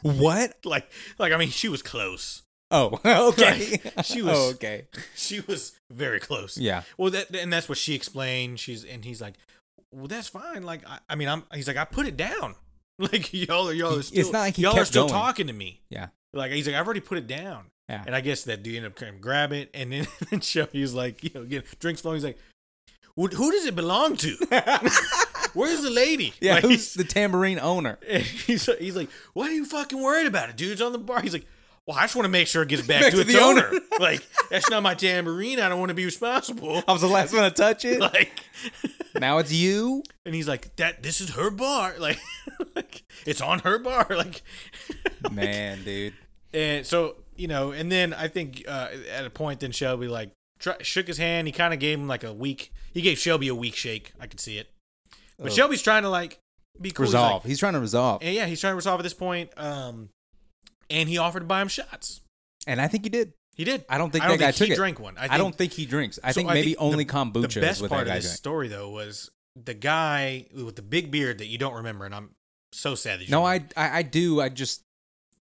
S4: What?
S5: Like, like I mean, she was close.
S4: Oh, okay.
S5: Right. She was-
S4: Oh, okay.
S5: She was very close.
S4: Yeah.
S5: Well, that and that's what she explained. She's and he's like, well, that's fine. Like, I, I mean, I'm. He's like, I put it down. Like y'all, are y'all are
S4: It's
S5: still.
S4: not like he
S5: y'all are
S4: kept
S5: still
S4: going.
S5: talking to me.
S4: Yeah.
S5: Like he's like, I've already put it down.
S4: Yeah.
S5: And I guess that dude ended up kind of grab it, and then and Shelby was like, you know, again, drinks flowing. He's like, "Wh- who does it belong to? Where's the lady?
S4: Yeah.
S5: Like,
S4: who's the tambourine owner?
S5: and he's, he's like, why are you fucking worried about it? Dude's on the bar. He's like, well, I just want to make sure it gets back,
S4: Back
S5: to,
S4: to
S5: its
S4: the
S5: owner.
S4: owner.
S5: like, that's not my tambourine. I don't want to be responsible.
S4: I was the last one to touch it.
S5: like,
S4: now it's you.
S5: and he's like, that this is her bar. Like, like it's on her bar. Like,
S4: Man, dude.
S5: and so you know, and then I think uh, at a point, then Shelby like try, shook his hand. He kind of gave him like a weak. He gave Shelby a weak shake. I could see it. But
S4: Ugh.
S5: Shelby's trying to like be cool. He's like,
S4: Oh. Resolve. He's trying to resolve.
S5: and yeah, he's trying to resolve at this point. Um, and he offered to buy him shots.
S4: And I think he did.
S5: He did.
S4: I don't think that guy
S5: he
S4: took it.
S5: drank one. I,
S4: I, don't think he drinks. I
S5: so
S4: think maybe
S5: the-
S4: only
S5: the
S4: kombucha
S5: The best
S4: is what
S5: part
S4: that guy
S5: of this
S4: drank.
S5: story though was the guy with the big beard that you don't remember, and I'm so sad that you
S4: No,
S5: don't
S4: I,
S5: remember.
S4: I, I do. I just,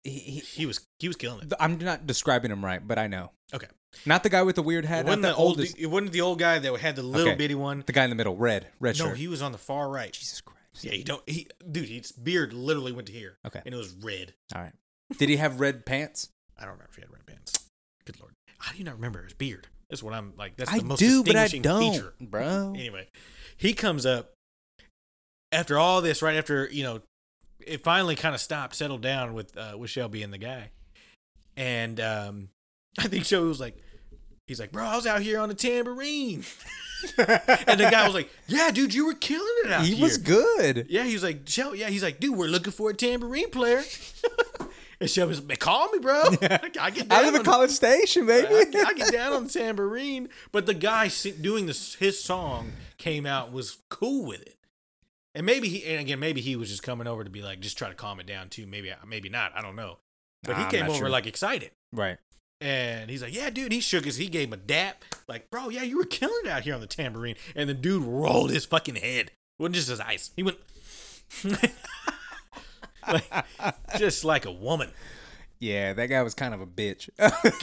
S4: he, he,
S5: he was he was killing it.
S4: th- I'm not describing him right, but I know.
S5: Okay.
S4: Not the guy with the weird hat.
S5: It
S4: Not
S5: wasn't
S4: the
S5: the old.
S4: oldest.
S5: It wasn't the old guy that had the little
S4: Okay.
S5: bitty one.
S4: The guy in the middle, red, red
S5: no,
S4: shirt.
S5: he was on the far right.
S4: Jesus Christ.
S5: Yeah, you don't. He, dude, his beard literally went to here.
S4: Okay.
S5: and it was red.
S4: All right. Did he have red pants?
S5: I don't remember if he had red pants. Good lord, how do you not remember his beard? That's what I'm like. That's
S4: I
S5: the most
S4: do, but I
S5: distinguishing
S4: don't,
S5: feature.
S4: bro.
S5: Anyway, he comes up after all this. Right after you know, it finally kind of stopped, settled down with uh, with Shelby and the guy, and um, I think Shelby was like, he's like, bro, I was out here on the tambourine, and the guy was like, yeah, dude, you were killing it out
S4: He
S5: here.
S4: was good.
S5: Yeah, he was like, Shel- yeah, he's like, dude, we're looking for a tambourine player. and Shelby's like, call me, bro. I, I get down.
S4: I live in
S5: on-
S4: College Station, baby.
S5: I, get- I get down on the tambourine. But the guy si- doing this, his song came out and was cool with it. And maybe he, and again, maybe he was just coming over to be like, just try to calm it down too. Maybe, maybe uh, not. I don't know. But
S4: Ah,
S5: he
S4: I'm
S5: came
S4: not
S5: over
S4: sure.
S5: like excited.
S4: Right.
S5: And he's like, "Yeah, dude." He shook his. He gave him a dap. Like, bro, yeah, you were killing it out here on the tambourine. And the dude rolled his fucking head. wasn't just his eyes. He went, like, just like a woman.
S4: Yeah, that guy was kind of a bitch.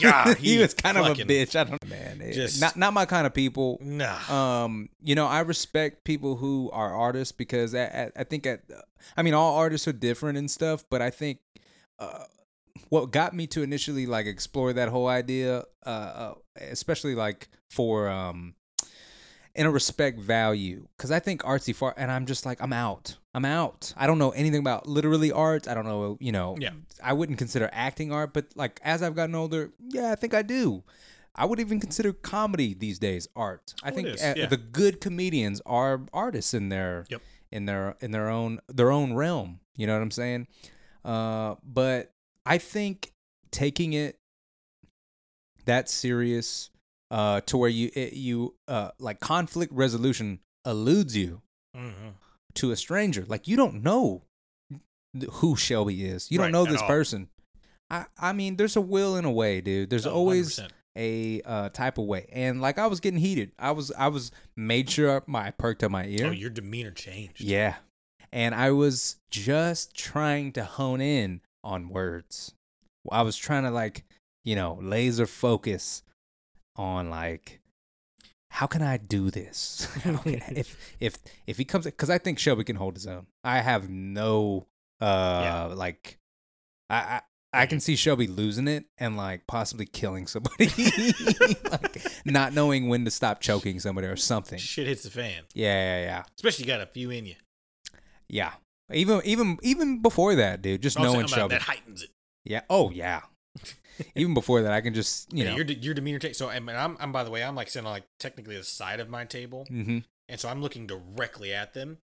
S5: God,
S4: he,
S5: he
S4: was kind of a
S5: fucking-
S4: bitch. I don't man. it-
S5: Just-
S4: not not my kind of people.
S5: Nah.
S4: Um, you know, I respect people who are artists because I, I, I think at, I mean, all artists are different and stuff, but I think uh, what got me to initially like explore that whole idea, uh, uh, especially like for um, in a respect value, because I think artsy far, and I'm just like I'm out, I'm out. I don't know anything about literally arts. I don't know, you know,
S5: Yeah.
S4: I wouldn't consider acting art, but like as I've gotten older, yeah, I think I do. I would even consider comedy these days art. I
S5: Oh, it
S4: think
S5: is,
S4: uh,
S5: yeah.
S4: the good comedians are artists in their
S5: Yep.
S4: in their in their own their own realm. You know what I'm saying? Uh, but I think taking it that serious uh, to where you it, you uh, like conflict resolution eludes you
S5: Mhm.
S4: to a stranger. Like you don't know th- who Shelby is. You don't
S5: Right,
S4: know
S5: at
S4: this
S5: all.
S4: person. I I mean, there's a will and a way, dude. There's
S5: Oh,
S4: always
S5: 100%.
S4: a uh, type of way. And like I was getting heated. I was I was made sure my I perked up my ear.
S5: Oh, your demeanor changed.
S4: yeah. And I was just trying to hone in on words. I was trying to like, you know, laser focus on like how can I do this? How can I- if if if he comes cuz I think Shelby can hold his own. I have no uh like I, I I can see Shelby losing it and like possibly killing somebody, like not knowing when to stop choking somebody or something.
S5: Shit hits the fan.
S4: Yeah, yeah, yeah,
S5: Especially you got a few in you.
S4: yeah. Even even even before that, dude, just
S5: Also,
S4: knowing
S5: Oh, I'm like,
S4: Shelby.
S5: that heightens it.
S4: Yeah. Oh yeah. even before that, I can just you
S5: Yeah,
S4: know.
S5: your, de- your demeanor change. So, I mean, I'm, I'm by the way, I'm like sitting on like technically the side of my table,
S4: hmm
S5: and so I'm looking directly at them,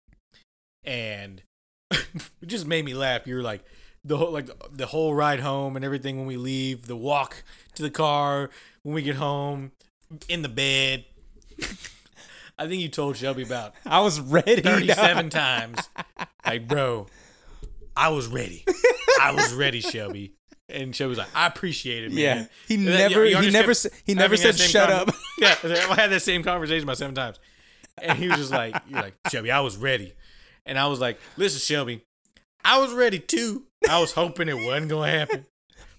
S5: and it just made me laugh. You're like the whole like the whole ride home and everything when we leave, the walk to the car, when we get home, in the bed. I think you told Shelby about
S4: I was ready. dog.
S5: 37 times. Like, bro, I was ready. I was ready, Shelby. And Shelby was like, I appreciate it, man.
S4: Yeah. He
S5: And then,
S4: never-
S5: you
S4: he
S5: just
S4: never
S5: kept
S4: sa- he never
S5: having that
S4: said,
S5: same
S4: "Shut
S5: con-
S4: up."
S5: yeah. I had that same conversation about seven times. And he was just like, You're like, Shelby, I was ready. And I was like, Listen, Shelby, I was ready too. I was hoping it wasn't gonna happen.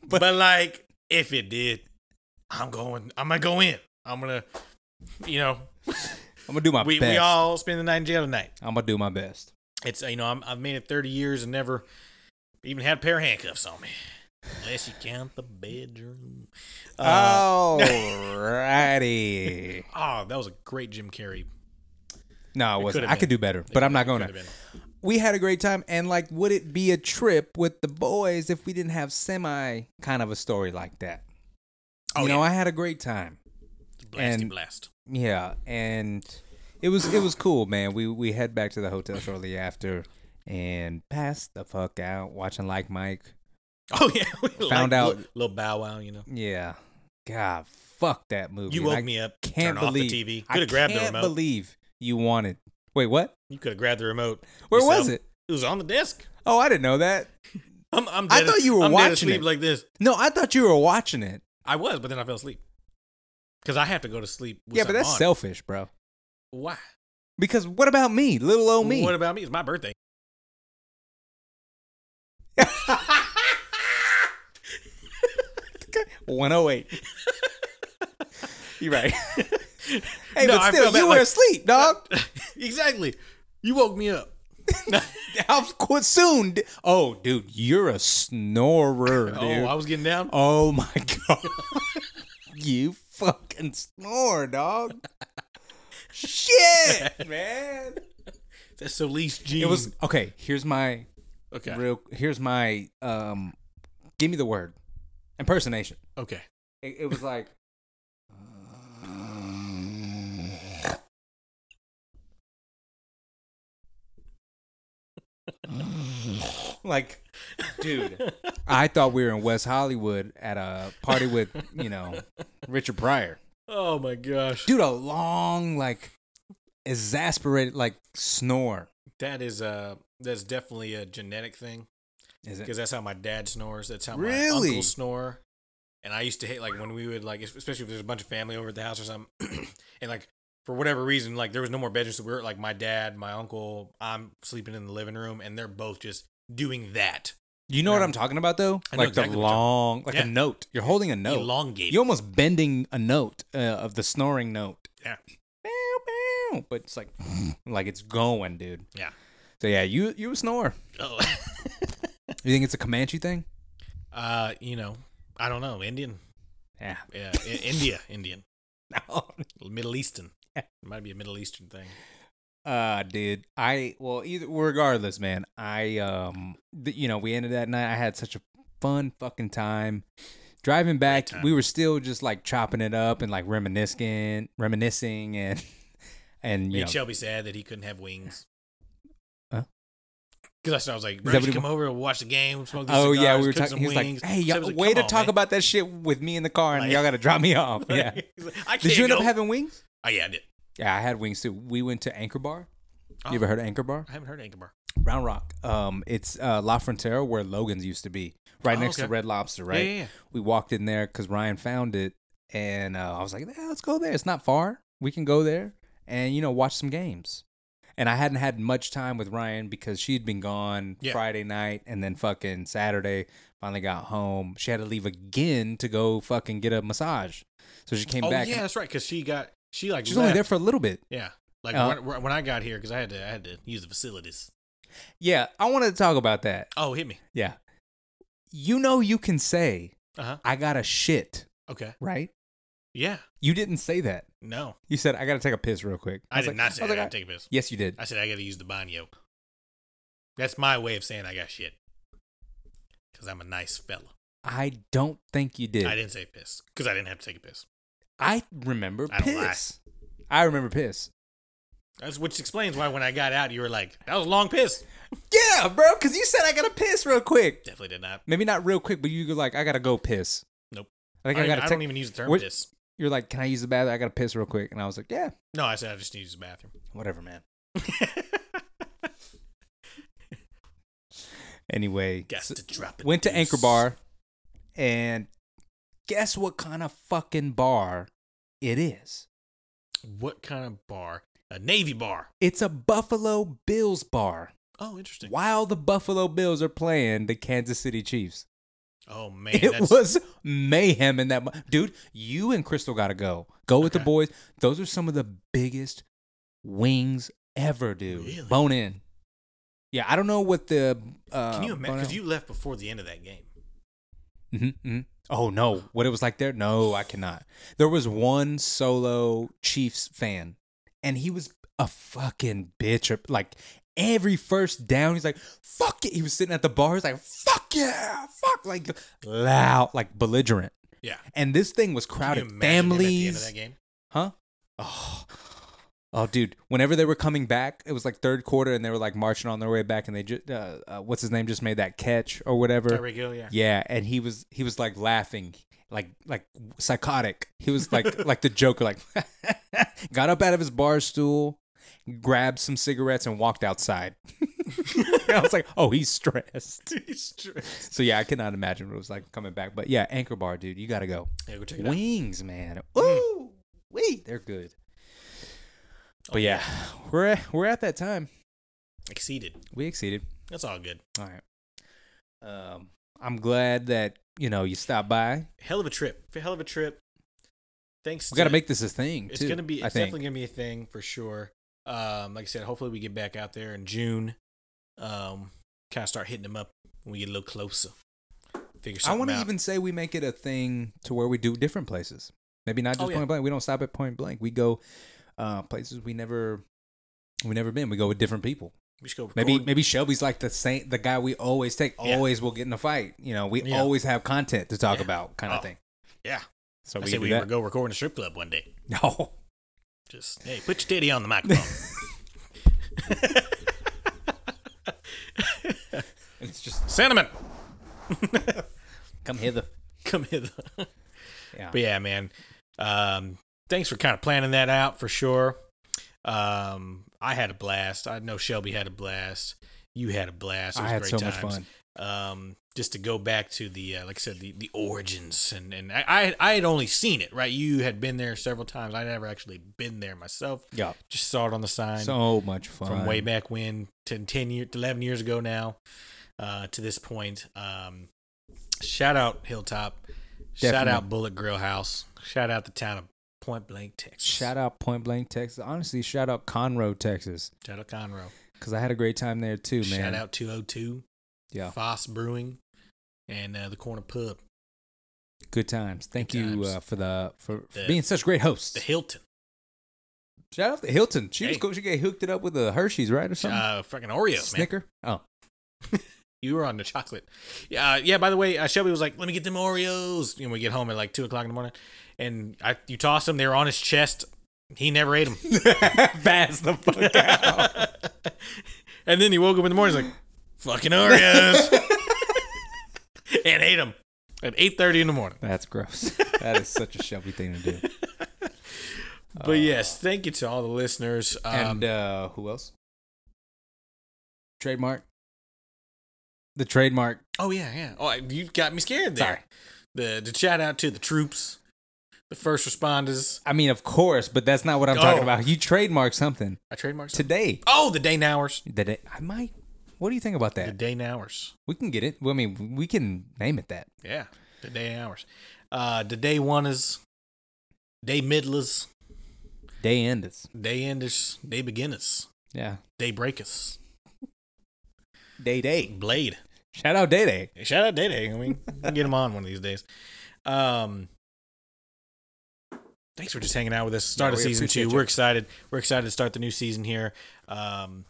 S5: But, like, if it did, I'm going I'm gonna go in. I'm gonna you know,
S4: I'm gonna do my
S5: we,
S4: best.
S5: we all spend the night in jail tonight
S4: I'm gonna do my best.
S5: it's you know I'm, I've made it 30 years and never even had a pair of handcuffs on me, unless you count the bedroom. Uh,
S4: Alrighty.
S5: oh, that was a great Jim Carrey.
S4: no, it wasn't.
S5: could've
S4: I could do better, but I'm not
S5: Could
S4: going
S5: have
S4: to.
S5: been.
S4: We had a great time, and like, would it be a trip with the boys if we didn't have semi kind of a story like that?
S5: Oh,
S4: you know, I
S5: yeah.
S4: had a great time.
S5: Blasty
S4: and-
S5: blast.
S4: Yeah, and it was it was cool, man. We we head back to the hotel shortly after and passed the fuck out watching Like Mike.
S5: Oh yeah, we
S4: Found out-
S5: little, little bow wow. You know,
S4: Yeah, God, fuck that movie.
S5: you
S4: And
S5: woke
S4: I
S5: me up.
S4: Can't
S5: turned
S4: believe
S5: off the TV.
S4: I
S5: Could have grabbed the
S4: can't
S5: remote.
S4: believe you wanted. Wait, what?
S5: you could have grabbed the remote.
S4: Where was
S5: yourself.
S4: it?
S5: It was on the desk.
S4: Oh, I didn't know that.
S5: I'm, I'm
S4: I
S5: dead-
S4: thought you were
S5: I'm dead
S4: watching
S5: asleep
S4: it.
S5: like this.
S4: No, I thought you were watching it.
S5: I was, but then I fell asleep because I have to go to sleep. With
S4: yeah, but
S5: something
S4: that's
S5: on.
S4: selfish, bro.
S5: Why?
S4: Because what about me, little old me?
S5: What about me? It's my birthday.
S4: One oh eight. You're right. hey,
S5: No,
S4: but
S5: I
S4: still, you
S5: feel bad,
S4: were
S5: like-
S4: asleep, dog.
S5: exactly. You woke me up.
S4: How qu- soon? di- oh, dude, you're a snorer, dude.
S5: Oh, I was getting down.
S4: Oh my god. you fucking snore, dog. Shit, man.
S5: That's so least Gene.
S4: It was okay, here's my
S5: okay.
S4: real here's my um give me the word. Impersonation.
S5: Okay.
S4: It, it was like like dude i thought we were in west hollywood at a party with you know richard pryor
S5: Oh my gosh.
S4: dude a long like exasperated like snore
S5: That is uh that's definitely a genetic thing.
S4: Is it?
S5: because that's how my dad snores. That's how my
S4: Really?
S5: uncle snore. And I used to hate like when we would like, especially if there's a bunch of family over at the house or something, and like for whatever reason, like there was no more bedrooms, so we were like my dad, my uncle, I'm sleeping in the living room, and they're both just doing that,
S4: You know what
S5: Yeah.
S4: I'm talking about though?
S5: I know
S4: Like
S5: exactly
S4: the
S5: what you're talking-
S4: long, like
S5: Yeah.
S4: a note. You're holding a note.
S5: elongated.
S4: You're almost bending a note uh, of the snoring note.
S5: Yeah.
S4: Meow, meow. But it's like, like it's going, dude.
S5: Yeah.
S4: So yeah, you you a snorer.
S5: Oh.
S4: You think it's a Comanche thing?
S5: uh, you know, I don't know, Indian,
S4: Yeah.
S5: yeah, I- India, Indian,
S4: No.
S5: Middle Eastern. It might be a Middle Eastern thing.
S4: Uh, dude, I well, either regardless, man. I um, th- you know, we ended that night. I had such a fun fucking time. Driving back,
S5: time.
S4: we were still just like chopping it up and like reminiscing, reminiscing, and and you know,
S5: Made Shelby sad that he couldn't have wings.
S4: Huh?
S5: Because I was like,
S4: that
S5: bro, you
S4: what
S5: should
S4: he
S5: come over and watch the game, smoke these
S4: Oh yeah,
S5: cigars,
S4: we were
S5: cook
S4: talking.
S5: some
S4: He was like,
S5: wings."
S4: "Hey,
S5: Shelby
S4: y'all,
S5: was like,
S4: way
S5: "Come
S4: to
S5: on,
S4: talk
S5: man."
S4: about that shit with me in the car, and
S5: Like-
S4: y'all got to drop me off." Yeah.
S5: He's like, I can't
S4: Did you end
S5: go.
S4: up having wings?
S5: Oh yeah, I did.
S4: Yeah, I had wings too. We went to Anchor Bar.
S5: Oh.
S4: You ever heard of Anchor Bar?
S5: I haven't heard of Anchor Bar.
S4: Round Rock. Um, it's uh, La Frontera where Logan's used to be, right
S5: Oh,
S4: next to
S5: okay.
S4: Red Lobster. Right.
S5: Yeah, yeah, yeah.
S4: We walked in there because Ryan found it, and uh, I was like, yeah, "Let's go there. It's not far. We can go there and you know watch some games." And I hadn't had much time with Ryan because she'd been gone
S5: Yeah.
S4: Friday night and then fucking Saturday. Finally got home. She had to leave again to go fucking get a massage. So she came
S5: Oh
S4: back.
S5: yeah, that's right. Because she got she like
S4: She's only there
S5: left.
S4: for a little bit.
S5: Yeah, like
S4: Uh,
S5: when, when I got here because I had to I had to use the facilities.
S4: Yeah, I wanted to talk about that.
S5: Oh, hit me.
S4: Yeah. You know you can say
S5: Uh huh.
S4: I got to shit,
S5: Okay.
S4: right?
S5: Yeah.
S4: You didn't say that.
S5: No,
S4: You said I got to take a piss real quick.
S5: I,
S4: was
S5: did
S4: like-
S5: not say
S4: I was
S5: that.
S4: like,
S5: I take a piss.
S4: Yes, you did.
S5: I said I got to use the banyo. That's my way of saying I got shit. Because I'm a nice fella.
S4: I don't think you did.
S5: I
S4: I,
S5: didn't say piss because I didn't have to take a piss.
S4: remember
S5: I don't lie.
S4: piss. I remember piss.
S5: That's which explains why when I got out, you were like, "That was a long piss."
S4: Yeah, bro, because you said I got to piss real quick.
S5: Definitely did not.
S4: Maybe not real quick, but you were like, I got to go piss.
S5: Nope.
S4: I
S5: I,
S4: think I, got to
S5: I don't
S4: take.
S5: even use the term
S4: What-
S5: piss.
S4: You're like, can I use the bathroom? I got to piss real quick. And I was like, yeah,
S5: No, I said I just need to use the bathroom.
S4: whatever, man. Anyway,
S5: Got
S4: so-
S5: to drop it.
S4: went to
S5: loose.
S4: Anchor Bar, and guess what kind of fucking bar it is?
S5: What kind of bar? A Navy bar.
S4: It's a Buffalo Bills bar.
S5: Oh, interesting.
S4: While the Buffalo Bills are playing the Kansas City Chiefs,
S5: Oh man,
S4: it
S5: that's,
S4: was mayhem in that. mo- Dude, you and Crystal gotta go. Go with
S5: Okay.
S4: the boys. Those are some of the biggest wings ever, dude.
S5: Really?
S4: Bone in. Yeah, I don't know what the. Uh,
S5: Can you imagine? Because you left before the end of that game.
S4: hmm Oh no, what it was like there? No, I cannot. There was one solo Chiefs fan, and he was a fucking bitch. Like every first down, he's like, "Fuck it." He was sitting at the bar. He's like, "Fuck yeah, fuck!" Like loud, like belligerent.
S5: Yeah.
S4: And this thing was
S5: Can you
S4: crowded.
S5: imagine him At the
S4: Families,
S5: end of that game.
S4: huh? Oh. Oh, dude! Whenever they were coming back, it was like third quarter, and they were like marching on their way back, and they just uh, uh, what's his name just made that catch or whatever.
S5: Tyreek Hill, yeah.
S4: Yeah, and he was he was like laughing, like like psychotic. He was like like the Joker, like got up out of his bar stool, grabbed some cigarettes, and walked outside. I was like, oh, he's stressed.
S5: He's true.
S4: So yeah, I cannot imagine what it was like coming back. But yeah, Anchor Bar, dude, you gotta go.
S5: Yeah, go check it out. Hmm.
S4: Wings, man.
S5: Mm-hmm.
S4: Ooh, wee, they're good.
S5: Oh,
S4: But yeah, we're at, we're at that time.
S5: Exceeded.
S4: We exceeded.
S5: That's all good.
S4: All right. Um, I'm glad that you know you stopped by.
S5: Hell of a trip. Hell of a trip. Thanks.
S4: We got to
S5: to-
S4: make this a thing.
S5: It's
S4: too,
S5: gonna be.
S4: I
S5: It's
S4: think.
S5: definitely gonna be a thing for sure. Um, like I said, hopefully we get back out there in June. Um, kind of start hitting them up when we get a little closer. Figure
S4: I
S5: something
S4: want to
S5: out.
S4: even say we make it a thing to where we do different places. Maybe not just
S5: Oh, yeah.
S4: point blank. We don't stop at point blank. We go uh, places we never we never been. We go with different people.
S5: we should go. Record.
S4: Maybe maybe Shelby's like the same the guy we always take.
S5: Yeah.
S4: Always will get in a fight. You know, we
S5: Yeah.
S4: always have content to talk
S5: Yeah.
S4: about, kind
S5: Oh,
S4: of thing.
S5: yeah.
S4: So
S5: I
S4: we
S5: say
S4: can do
S5: we
S4: that.
S5: go record in a strip club one day.
S4: No.
S5: Just hey, put your titty on the microphone.
S4: It's just
S5: Cinnamon,
S4: come hither.
S5: come hither.
S4: Yeah.
S5: But yeah, man. Um, thanks for kind of planning that out for sure. Um, I had a blast. I know Shelby had a blast. You had a blast. It
S4: I
S5: was
S4: had
S5: great
S4: so much
S5: times.
S4: fun.
S5: um, just to go back to the uh, like I said the, the origins and and I, I I had only seen it right you had been there several times I never actually been there myself
S4: Yeah.
S5: just saw it on the sign
S4: So much fun.
S5: from way back when to 10 years 11 years ago now uh, to this point um, shout out hilltop shout
S4: Definitely.
S5: out bullet grill house shout out the town of point blank texas
S4: Shout out Point Blank, Texas. Honestly, shout out Conroe, Texas,
S5: shout out conroe
S4: because I had a great time there too, man.
S5: shout out 202
S4: Yeah.
S5: foss brewing and uh, the corner pub
S4: Good times. Thank
S5: Good
S4: you
S5: times.
S4: uh, for the for, for
S5: The-
S4: being such great hosts.
S5: the hilton
S4: Shout out to Hilton. She was
S5: Hey.
S4: cool. She got hooked it up with the Hershey's, right, or something.
S5: uh, fucking oreos man
S4: Snicker. Oh,
S5: You were on the chocolate. Yeah, uh, yeah. By the way, uh, Shelby was like, "Let me get them Oreos." And we get home at like two o'clock in the morning, and I, you toss them. They were on his chest. He never ate them.
S4: Bass the fuck out.
S5: and then he woke up in the morning. He's like, "Fucking Oreos," and ate them at eight thirty in the morning.
S4: That's gross. That is such a Shelby thing to do.
S5: But yes, thank you to all the listeners. Um,
S4: Oh. and uh, who else? Trademark. The trademark.
S5: oh yeah, yeah. Oh, I- you got me scared there.
S4: Sorry.
S5: The the shout out to the troops, the first responders.
S4: I mean, of course, but that's not what I'm talking
S5: Oh.
S4: about. You trademark something
S5: I trademarked. something.
S4: today.
S5: Oh, the day nowers.
S4: That it, I might. What do you think about
S5: The
S4: that?
S5: day nowers.
S4: We can get it. Well, I mean, we can name it that.
S5: Yeah, the day hours. Uh, the day one is day middlers,
S4: Day enders.
S5: day enders, day beginners,
S4: Yeah.
S5: day breakers,
S4: Day day.
S5: blade.
S4: Shout out day day.
S5: Shout out day day. I mean, we'll get him on one of these days. Um, thanks for just hanging out with us. Start
S4: Yeah,
S5: of
S4: we
S5: season two.
S4: appreciate you.
S5: We're excited. We're excited to start the new season here. Um,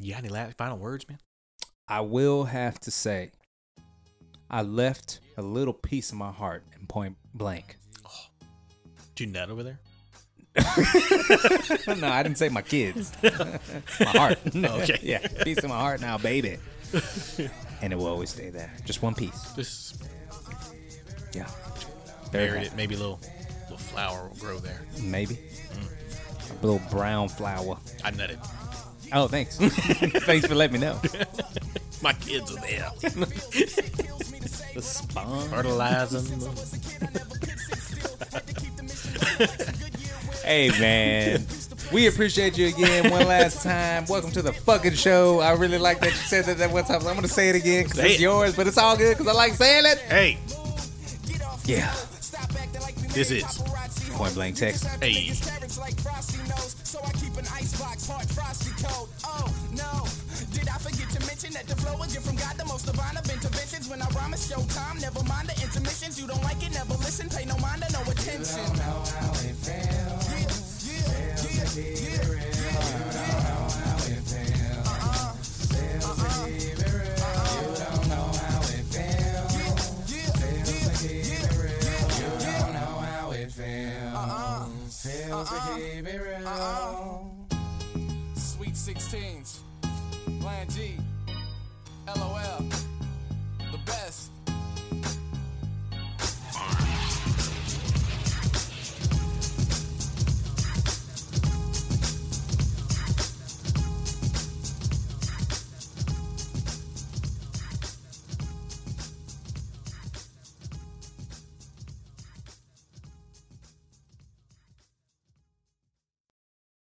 S5: you got any last final words, man?
S4: I will have to say, I left a little piece of my heart in point blank.
S5: Do you nut over there?
S4: no, I didn't say my kids. my heart.
S5: Okay.
S4: yeah, piece of my heart now, baby. and it will always stay there. Just one piece.
S5: Just
S4: Yeah. Very
S5: buried it. Maybe a little, little flower will grow there.
S4: happy. Maybe.
S5: Mm.
S4: A little brown flower.
S5: I nutted.
S4: Oh, thanks. thanks for letting me know.
S5: My kids are there.
S4: The spawn.
S5: fertilize them.
S4: Hey, man. We appreciate you again one last time. Welcome to the fucking show. I really like that you said that that one time. I'm going to say it again because
S5: Say
S4: it's
S5: it.
S4: yours, but it's all good because I like saying it.
S5: Hey,
S4: Yeah.
S5: this is
S4: Point blank text.
S5: hey.
S3: carrots like frosty nose. So I keep an icebox hard frosty cold. Oh no, did I forget to mention that the flow is gift from God, the most divine of interventions? When I rhyme, it's show time. Never mind the intermissions. You don't like it, never listen. Pay no mind or no attention.
S2: Sweet 16s, Plan G, LOL, the best.